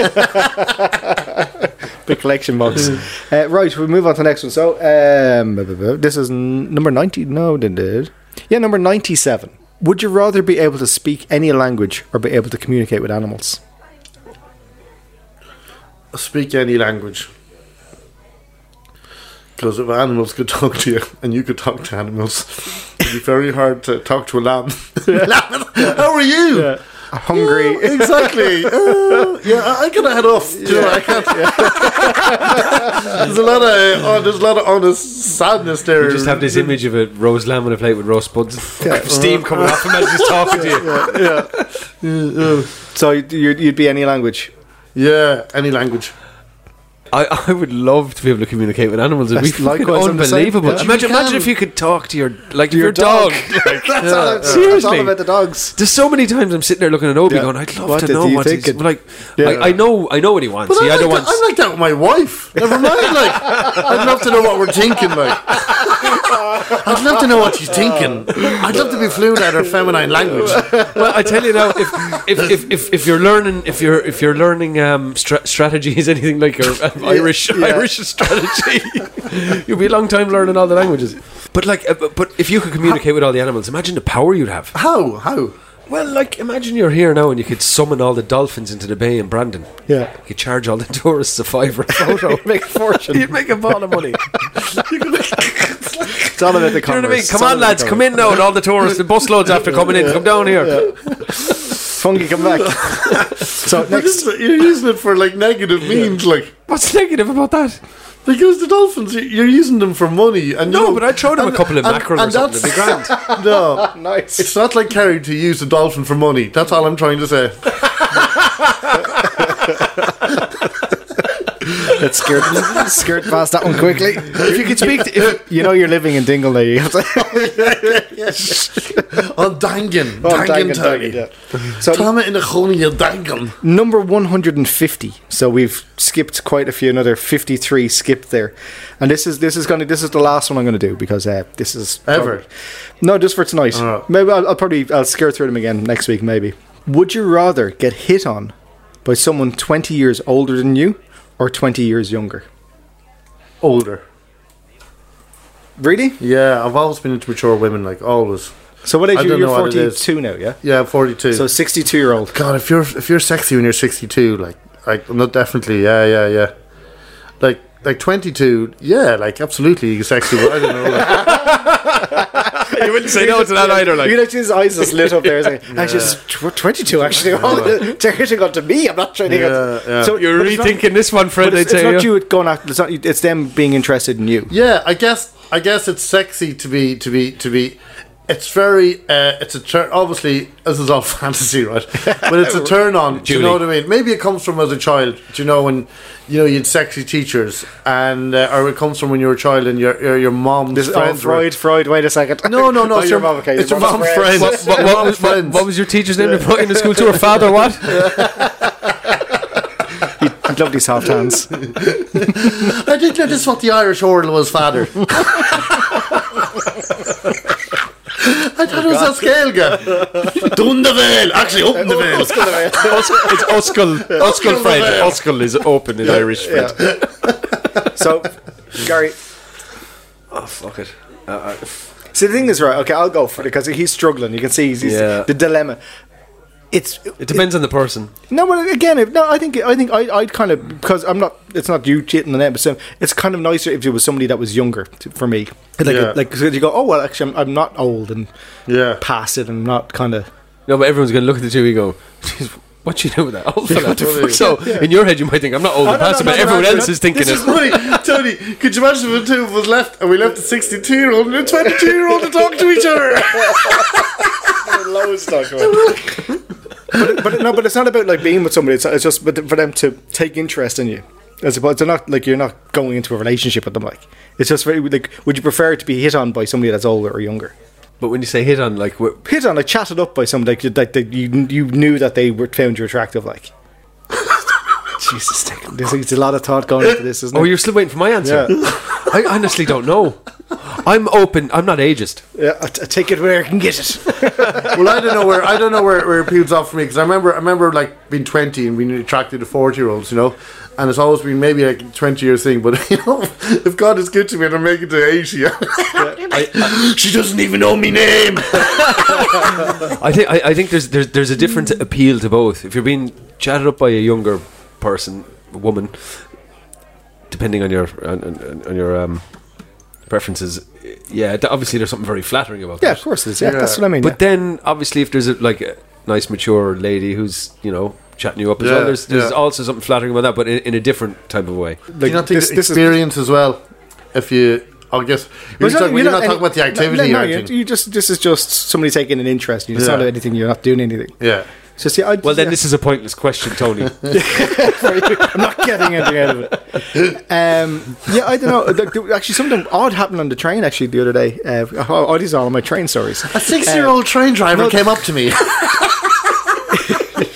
S2: [LAUGHS] Big collection box. Uh, right, we move on to the next one. So um, bu- bu- bu- this is n- number ninety. No, did it? Yeah, number ninety-seven. Would you rather be able to speak any language or be able to communicate with animals?
S3: speak any language. Because if animals could talk to you, and you could talk to animals, it'd be very hard to talk to a lamb. [LAUGHS] Lamb, How are you?
S2: Hungry.
S3: Yeah,
S4: [LAUGHS]
S3: exactly. Uh, yeah, I, I gotta head off. Do you know, I can't. [LAUGHS] there's a lot of oh, there's a lot of honest sadness there.
S4: You just have this image of a roast lamb on a plate with roast spuds, [LAUGHS] steam coming off, and just talking to you.
S2: [LAUGHS] So you'd, you'd be any language.
S3: Yeah, any language.
S4: I, I would love to be able to communicate with animals. It'd be
S2: That's
S4: fucking
S2: likewise I'm the same.
S4: unbelievable.
S2: Yeah.
S4: Imagine,
S3: You
S4: imagine
S3: can.
S4: if you could talk to your like your,
S2: Your
S4: dog.
S2: dog.
S4: Like,
S2: That's, all, I'm- that's all
S4: Seriously.
S2: about the dogs. [LAUGHS]
S4: there's so many times I'm sitting there looking at Obi,
S2: Yeah.
S4: going, "I'd love
S2: What
S4: to
S2: is
S4: know
S2: he
S4: what he's
S2: thinking?
S4: like."
S2: Yeah.
S4: I, I know, I know what he wants.
S3: But
S4: He
S3: I'm,
S4: either
S3: like that,
S4: wants.
S3: I'm like that with my wife. Never mind. Like, I'd love to know what we're thinking. Like, I'd love to know what she's thinking. I'd love to be fluent at her feminine language.
S4: well, I tell you now, if if, if, if if you're learning, if you're if you're learning um, stra- strategy is [LAUGHS] anything like your um, Irish Irish strategy, [LAUGHS] you'll be a long time learning all the languages. But like, uh, but, but if you could communicate with all the animals, imagine the power you'd have.
S3: How? How?
S4: Well, like imagine you're here now and you could summon all the dolphins into the bay in Brandon.
S2: Yeah.
S4: You could charge all the
S3: [LAUGHS]
S4: tourists a five or a photo. [LAUGHS]
S2: Make a fortune.
S4: You'd make a ball of money.
S2: It's all about the commerce.
S4: Do you know what I mean?
S2: It's
S4: Come
S2: all
S4: on,
S2: about
S4: lads,
S2: the
S4: come in now, and all the tourists, the busloads after coming in, come down here.
S2: Fungi, come back. [LAUGHS] so
S3: You're
S4: [LAUGHS]
S2: next,
S3: just- You're using it for like negative means, like
S4: What's negative about that?
S3: because the dolphins, you- you're using them for money. And you
S4: No,
S3: know-
S4: but I'd throw them a
S3: and-
S4: couple of
S3: and-
S4: mackerel
S3: and
S4: or something. It'd be grand.
S3: that's- [LAUGHS] no,
S2: nice.
S3: it's not like Kerry to use a dolphin for money. That's all I'm trying to say.
S2: Let's skirt,
S3: [LAUGHS]
S2: skirt past that one quickly. If you could speak, to, if you know you're living in Dingle now. You have to. [LAUGHS] Oh,
S3: On Dangan, Dangan,
S2: Dangan, Dangan,
S3: Tony.
S2: yeah. So
S3: Tama in a honey, you Dangan.
S2: number 150 so we've skipped quite a few another 53 skipped there and this is this is gonna this is the last one i'm gonna do because uh, this is
S3: Ever?
S2: probably- no just for tonight
S3: Oh.
S2: maybe I'll, I'll probably i'll scare through them again next week maybe would you rather get hit on by someone 20 years older than you or 20 years younger
S3: Older.
S2: really
S3: Yeah, I've always been into mature women, like always.
S2: so what age
S3: I
S2: are you
S3: don't
S2: you're
S3: know what it is.
S2: 42 now yeah
S3: Yeah, I'm 42.
S2: so 62 year old
S3: God, if you're if you're sexy when you're 62, like like not definitely, yeah, yeah, yeah, like like 22, yeah, like absolutely you're sexy, but I don't know. Like,
S4: [LAUGHS] You wouldn't say no to that either,
S2: you know, his eyes just lit up there. It's
S3: [LAUGHS]
S2: Like, Actually, it's tw- 22, actually. They're hitting on to me. I'm not trying to
S3: Yeah,
S2: get.
S3: yeah.
S2: So,
S4: You're
S2: but it's not-
S4: rethinking this one, Fred.
S2: But it's,
S4: I'd
S2: it's
S4: say,
S2: not
S4: yeah.
S2: you going after. It's not. you- It's them being interested in you.
S3: yeah, I guess I guess it's sexy to be to be to be. It's very uh, it's a turn. Obviously, this is all [LAUGHS] fantasy, right? But it's
S4: [LAUGHS]
S3: a turn on. do you know what I mean? Maybe it comes from as a child. Do you know when you know you had sexy teachers, and uh, or it comes from when you were a child and your your, your mom's
S2: This, oh,
S3: friends were-
S2: Freud, Freud. Wait a second.
S3: No, no,
S2: [LAUGHS]
S3: no.
S2: Oh, your mom, okay,
S3: It's your
S2: your
S3: mom's
S2: mom's
S3: friends.
S4: What, what, what, was, what, what was your teacher's name to put in the school tour? Father, what?
S2: [LAUGHS] I'd love these soft hands.
S3: I didn't know this is what the Irish oral was, [LAUGHS] Father. I thought it was a scale guy. Dun the veil. Actually, open the veil.
S6: it's Oscar. Oscar Fred. Oscar is open in Irish. Fred.
S2: so, Gary.
S4: Oh, fuck it.
S2: See, the thing is, right? Okay, I'll go for it because he's struggling. You can see he's, he's
S4: Yeah.
S2: the dilemma. It's
S4: It depends on the person.
S2: No, but again, if, no, I think I think I, I'd kind of because I'm not. It's not you cheating on them, but some, it's kind of nicer if it was somebody that was younger to, for me. Like,
S3: Yeah.
S2: like 'cause you go, oh well, actually, I'm, I'm not old and
S3: Yeah.
S2: past it, and not kind of.
S4: No, but everyone's going to look at the two and go, "Jeez, what do you do with that? [LAUGHS] old fella?" so, in your head, you might think, I'm not old and
S2: no,
S4: passive,
S2: no,
S4: but
S2: no,
S4: everyone
S2: no,
S4: else
S2: no.
S4: is thinking
S3: This is
S4: it.
S3: funny. Tony, could you imagine if the two of us left and we left a 62 year old and a 22 year old to talk to each other?
S2: [LAUGHS] but no, but it's not about like being with somebody. It's, it's just but for them to take interest in you. As opposed, they're not like you're not going into a relationship with them. Like it's just very like, would you prefer to be hit on by somebody that's older or younger?
S4: But when you say hit on, like, wh-
S2: Hit on, like chatted up by somebody that, that, that you you knew that they were found you attractive.
S3: [LAUGHS]
S2: Like Jesus, there's, there's a lot of thought going into this, isn't
S4: oh,
S2: it?
S4: you're still waiting for my answer. I honestly don't know. I'm open. I'm not ageist.
S2: Yeah, I, I take it where I can get
S3: [LAUGHS]
S2: it.
S3: well, I don't know where I don't know where, where it peels off for me because I remember I remember like being twenty and being attracted to forty year olds, you know, and it's always been maybe like a twenty year thing. But [LAUGHS] you know, if God is good to me and I make it to eighty, she doesn't even know me name.
S4: I think I, I think there's there's there's a different
S2: Mm.
S4: appeal to both. If you're being chatted up by a younger person, woman, depending on your on, on, on your um, preferences, yeah, th- obviously there's something very flattering about
S2: Yeah,
S4: that.
S2: of course it is. Yeah,
S3: Yeah.
S2: that's what I mean.
S4: But then obviously if there's a, like a nice mature lady who's you know chatting you up as
S3: Yeah,
S4: well, there's there's
S3: yeah.
S4: also something flattering about that, but in, in a different type of way.
S2: yeah.
S3: Do you not think the experience as well? If you, I guess you're,
S2: But
S3: just talking,
S2: it's
S3: you're not
S2: any-
S3: talking about the activity
S2: No, no,
S3: or
S2: you-
S3: anything.
S2: you just this is just somebody taking an interest. in you. It's
S3: Yeah.
S2: not anything. You're not doing anything.
S3: yeah.
S2: So see, I,
S4: Well, then
S2: yeah.
S4: this is a pointless question,
S2: [LAUGHS]
S4: Tony.
S2: I'm not getting anything out of it.
S3: [LAUGHS]
S2: Um, yeah, I don't know. Like, there- Actually, something odd happened on the train. Actually, the other day. Uh, oh, oh, these are all my train stories.
S3: A six-year-old train driver came up [LAUGHS] to me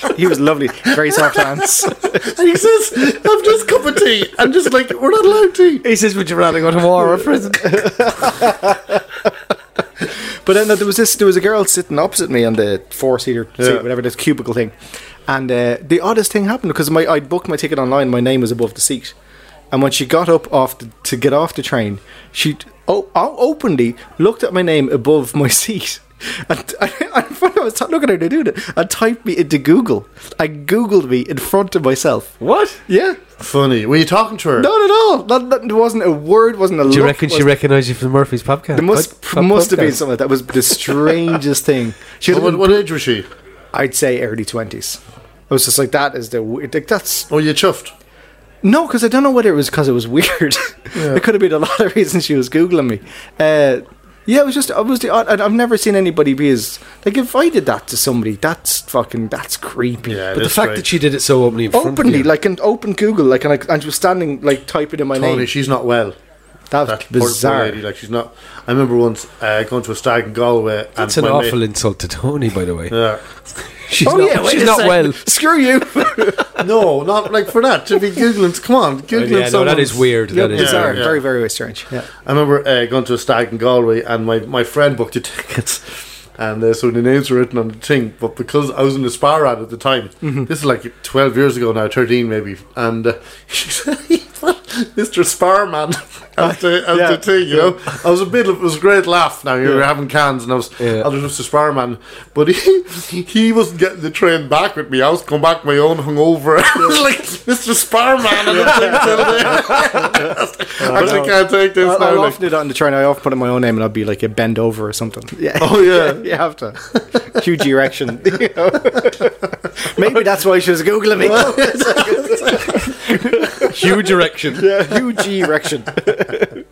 S3: and
S2: He was lovely, very soft [LAUGHS] hands.
S3: he says, "I'm just cup of tea." I'm just like, "We're not allowed tea."
S4: he says, "Would you rather go to war or prison?"
S2: [LAUGHS] But then uh, there was this. There was a girl sitting opposite me on the four-seater
S3: Yeah.
S2: seat, whatever this cubicle thing. And uh, the oddest thing happened because my I booked my ticket online. My name was above the seat, and when she got up off the, to get off the train, she oh, openly looked at my [LAUGHS] name above my seat. And, and when I was t- looking at her doing it, and typed me into Google. I Googled me in front of myself.
S4: What?
S2: Yeah,
S3: Funny. Were you talking to her?
S2: not at all. Not, not, there wasn't a word, wasn't a
S7: Do you
S2: look,
S7: reckon she
S2: wasn't-
S7: recognised you from the Murphy's podcast?
S2: There must,
S7: Pod-
S2: must have been
S7: podcast?
S2: something like that was the strangest thing. She
S3: What,
S2: had,
S3: what, what age was she?
S2: I'd say early 20s. I was just like, that is the weird. Like, that's.
S3: Oh, you chuffed.
S2: No, because I don't know whether it was because it was weird. [LAUGHS] it could have been a lot of reasons she was Googling me. Uh, yeah, it was just. I was the odd. and I've never seen anybody be as. Like, if I did that to somebody, that's fucking. That's creepy.
S3: Yeah,
S4: But the fact that she did it so openly, in front of
S2: Openly,
S4: you.
S2: like an open Google, like, and I, and she was standing, like, typing in my
S3: Tony,
S2: name.
S3: she's not well.
S2: That was
S3: That poor- poor
S2: bizarre.
S3: lady, like she's not. I remember once uh, going to a stag in Galway. and
S4: that's an
S3: my mate-
S4: awful insult to Tony, by
S2: [LAUGHS]
S4: the way.
S3: Yeah.
S4: She's
S2: Oh,
S4: not,
S2: yeah, wait
S4: she's
S2: a
S4: not
S2: sec.
S4: well.
S2: Screw you.
S3: no, not like for that. To be googling, come on, googling.
S4: Yeah, no, that
S3: someone's-
S4: is weird. That is
S3: bizarre.
S2: bizarre.
S4: weird.
S3: yeah.
S2: Very, very strange. Yeah.
S3: I remember uh, going to a stag in Galway, and my, my friend booked the [LAUGHS] tickets, and uh, so the names were written on the thing. But because I was in the spa rad at the time,
S2: Mm-hmm.
S3: this is like twelve years ago now, thirteen maybe, and uh, [LAUGHS] she said, "Mr. Sparman." [LAUGHS] As the, as
S2: Yeah.
S3: the thing, you know, I was a bit. Of, it was a great laugh. Now you were having cans, and I was,
S4: Yeah.
S3: I was just a Sparman. But [LAUGHS] he, he wasn't getting the train back with me. I was coming back my own hungover, [LAUGHS] like Mr. Sparman. And the thing till then. [LAUGHS] I actually can't take this
S2: I'll,
S3: now.
S2: I'll
S3: like-
S2: often do that on the train. I often put in my own name and I'll be like a bend over or something. [LAUGHS] Yeah.
S3: Oh, yeah.
S2: you have to. Huge erection. [LAUGHS] you know. Maybe that's why she was googling [LAUGHS] me.
S4: um,
S2: [LAUGHS]
S6: Huge erection.
S2: Huge erection.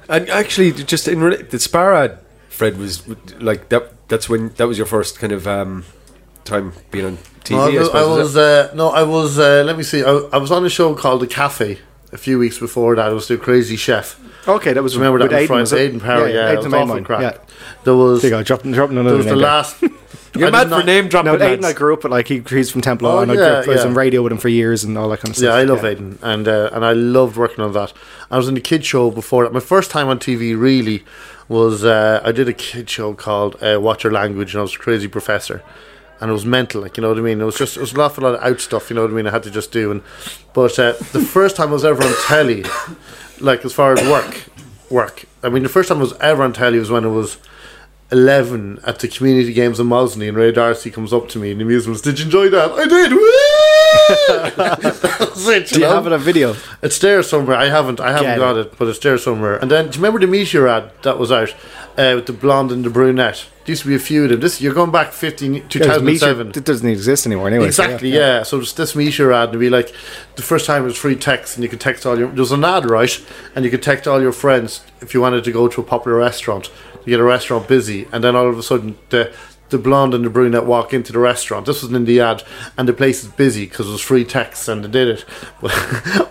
S4: And actually, just in rela- the Sparad, Fred was like that. That's when that was your first kind of um, time being on TV.
S3: No, I
S4: I
S3: was, I
S4: suppose, was
S3: was
S4: it?
S3: uh, no, I was. Uh, let me see. I, I was on a show called The Cafe a few weeks before that. I was the Crazy Chef.
S2: Okay, that was
S3: Remember that
S2: with
S3: was
S2: Aidan,
S3: Friday?
S2: was it?
S3: Aiden Power, yeah, it
S2: Aidan
S3: was
S2: Maimon,
S3: awful crack.
S2: Yeah.
S3: There was.
S2: There you go, dropping, dropping
S3: There
S2: another
S3: was the
S2: name there.
S3: last. I
S4: [LAUGHS] You're
S3: did
S4: mad for
S3: not-
S4: name dropping.
S2: No, Aiden I
S4: lads.
S2: grew up with, like, he, he's from Temple
S3: Oh,
S2: oh, and I, grew
S3: yeah,
S2: up, I was
S3: yeah.
S2: on radio with him for years and all that kind of
S3: Yeah,
S2: stuff.
S3: I love Aiden, and uh, and I loved working on that. I was in the kid show before that. My first time on TV really was uh, I did a kid show called uh, Watch Your Language, and I was a crazy professor, and it was mental, like you know what I mean. It was just it was an awful lot of out stuff, you know what I mean. I had to just do, and but uh, the first time I was ever on telly, like as far as work, [COUGHS] work. I mean, the first time I was ever on telly was when it was. 11 at the community games in Mosney and Ray Darcy comes up to me in the amusements did you enjoy that I
S2: [LAUGHS]
S3: did Woo! that was it
S2: Do you
S3: know?
S2: have it on video?
S3: It's there somewhere. I haven't. I haven't
S2: Get
S3: got it. but it's there somewhere. And then, do you remember the meteor ad that was out uh, with the blonde and the brunette? There used to be a few of them. This you're going back 15,
S2: Yeah, it was Meteor-
S3: 2007.
S2: It doesn't exist anymore anyway. so
S3: Exactly, yeah. So it's this meteor ad, and it'd be like the first time it was free text, and you could text all your. There was an ad, right? And you could text all your friends if you wanted to go to a popular restaurant. You get a restaurant busy, and then all of a sudden the the blonde and the brunette walk into the restaurant. This was in the ad, and the place is busy because it was free text, and they did it. [LAUGHS] But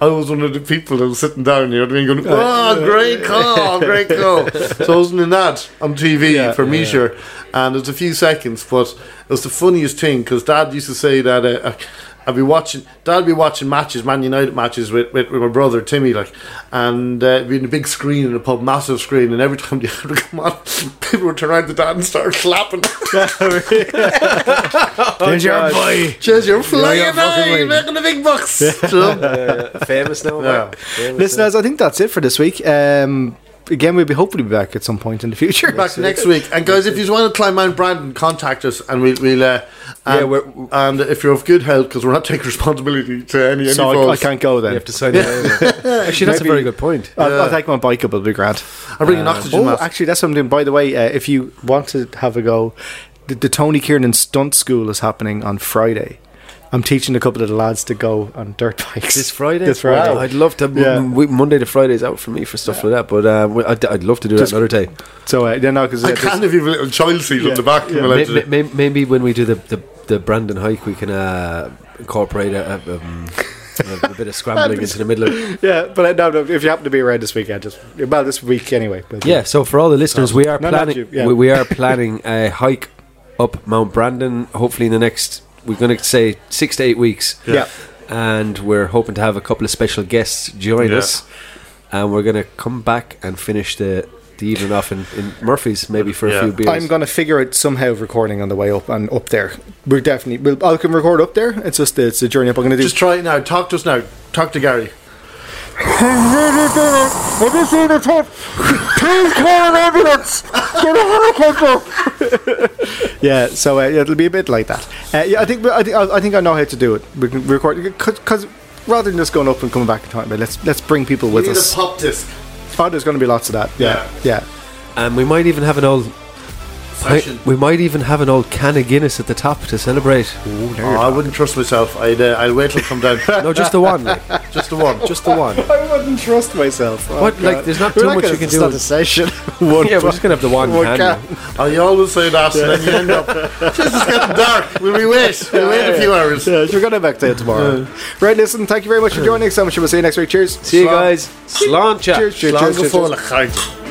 S3: I was one of the people that was sitting down, you know what I mean, going, "Oh, great call, great call." So I was in an ad on TV for Meteor, and it was a few seconds, but it was the funniest thing because Dad used to say that uh, uh, I'd be watching, Dad'd be watching matches, Man United matches with, with, with my brother Timmy, like, and uh, it'd be in a big screen in a pub, massive screen, and every time [LAUGHS] the ad would come on, people would turn around to Dad and start clapping.
S2: There's your boy.
S3: [LAUGHS] Cheers, you're flying,
S4: you're fucking
S3: high,
S4: winning.
S3: making the big bucks. You know?
S4: famous [LAUGHS] now.
S3: Yeah.
S2: Listeners, I think that's it for this week. Um, again, we'll be hopefully back at some point in the future.
S3: Back next week, and guys, if you want to climb Mount Brandon, contact us, and we'll, we'll uh, and,
S4: Yeah, we're-
S3: and if you're of good health, because we're not [LAUGHS] taking responsibility to any, any
S2: so
S3: of
S2: I, I
S3: us.
S2: can't go
S4: You
S2: then.
S4: have to sign it. Actually, uh, that's a very good point.
S2: I'll, I'll take my bike up, it'll be grand.
S3: I bring an oxygen
S2: Oh,
S3: mask.
S2: actually, that's what I'm doing. By the way, uh, if you want to have a go, the, the Tony Kiernan Stunt School is happening on Friday. I'm teaching a couple of the lads to go on dirt bikes.
S4: This Friday,
S2: This Friday.
S4: Wow, I'd love to.
S2: Yeah.
S4: we- Monday to Friday is out for me for stuff like that, but um, we- I'd, I'd love to do
S2: Just-
S4: that another day.
S2: So, uh, yeah, no, because
S3: I can if you've a little child seat on the back. Yeah.
S4: May- may- may- Maybe when we do the, the, the Brandon hike, we can uh, incorporate a, a, um, a, a bit
S2: [LAUGHS]
S4: of scrambling into the middle. Of,
S2: yeah, but uh, no, no, if you happen to be around this weekend, just about this week anyway. But,
S4: yeah. So for all the listeners, we are
S2: No, not
S4: planning
S2: you, yeah.
S4: we, we are planning a hike up Mount Brandon. Hopefully, in the next we're going to say six to eight weeks.
S2: Yeah.
S4: And we're hoping to have a couple of special guests join
S3: Yeah.
S4: us, and we're going to come back and finish the, the evening off in, in Murphy's maybe for
S3: Yeah.
S4: a few beers.
S2: I'm going to figure out somehow recording on the way up and up there. We're definitely. We'll, I can record up there. It's just the, it's the journey up. I'm going to do.
S3: Just try it now. Talk to us now. Talk to Gary.
S7: Have you seen the tape? Please call an ambulance! Get a helicopter!
S2: [LAUGHS] Yeah, so uh, yeah, it'll be a bit like that. Uh, yeah, I think I think I think I know how to do it. We can record because rather than just going up and coming back and talking about, it, let's let's bring people with
S3: need a
S2: us.
S3: pop disc
S2: Oh, there's going to be lots of that. Yeah, yeah.
S4: And we might even have an old. I-
S3: session.
S4: we might even have an old can of Guinness at the top to celebrate.
S3: Oh, I wouldn't trust myself. I'd uh, I'd wait till it
S2: [LAUGHS]
S3: come down.
S4: No, just the one. Like,
S3: just the one.
S4: just the one.
S2: I wouldn't trust myself. Oh,
S4: What, like,
S2: God.
S4: there's not
S2: We're
S4: too much
S2: gonna
S4: you can
S2: start
S4: do.
S2: a
S4: [LAUGHS]
S2: session. One
S4: [LAUGHS] Yeah, we're just gonna have the one can.
S3: Oh, you always say that, and then you
S2: [LAUGHS]
S3: end up. This is getting dark. Will we wait? We'll wait a few hours.
S2: Yeah, we're going to back to it tomorrow. right, listen, thank you very much for joining us. So much. We'll see you next week. Cheers.
S4: See you guys. Sláinte.
S2: Cheers, cheers, cheers, cheers, cheers.
S3: Slán go fóla chaid.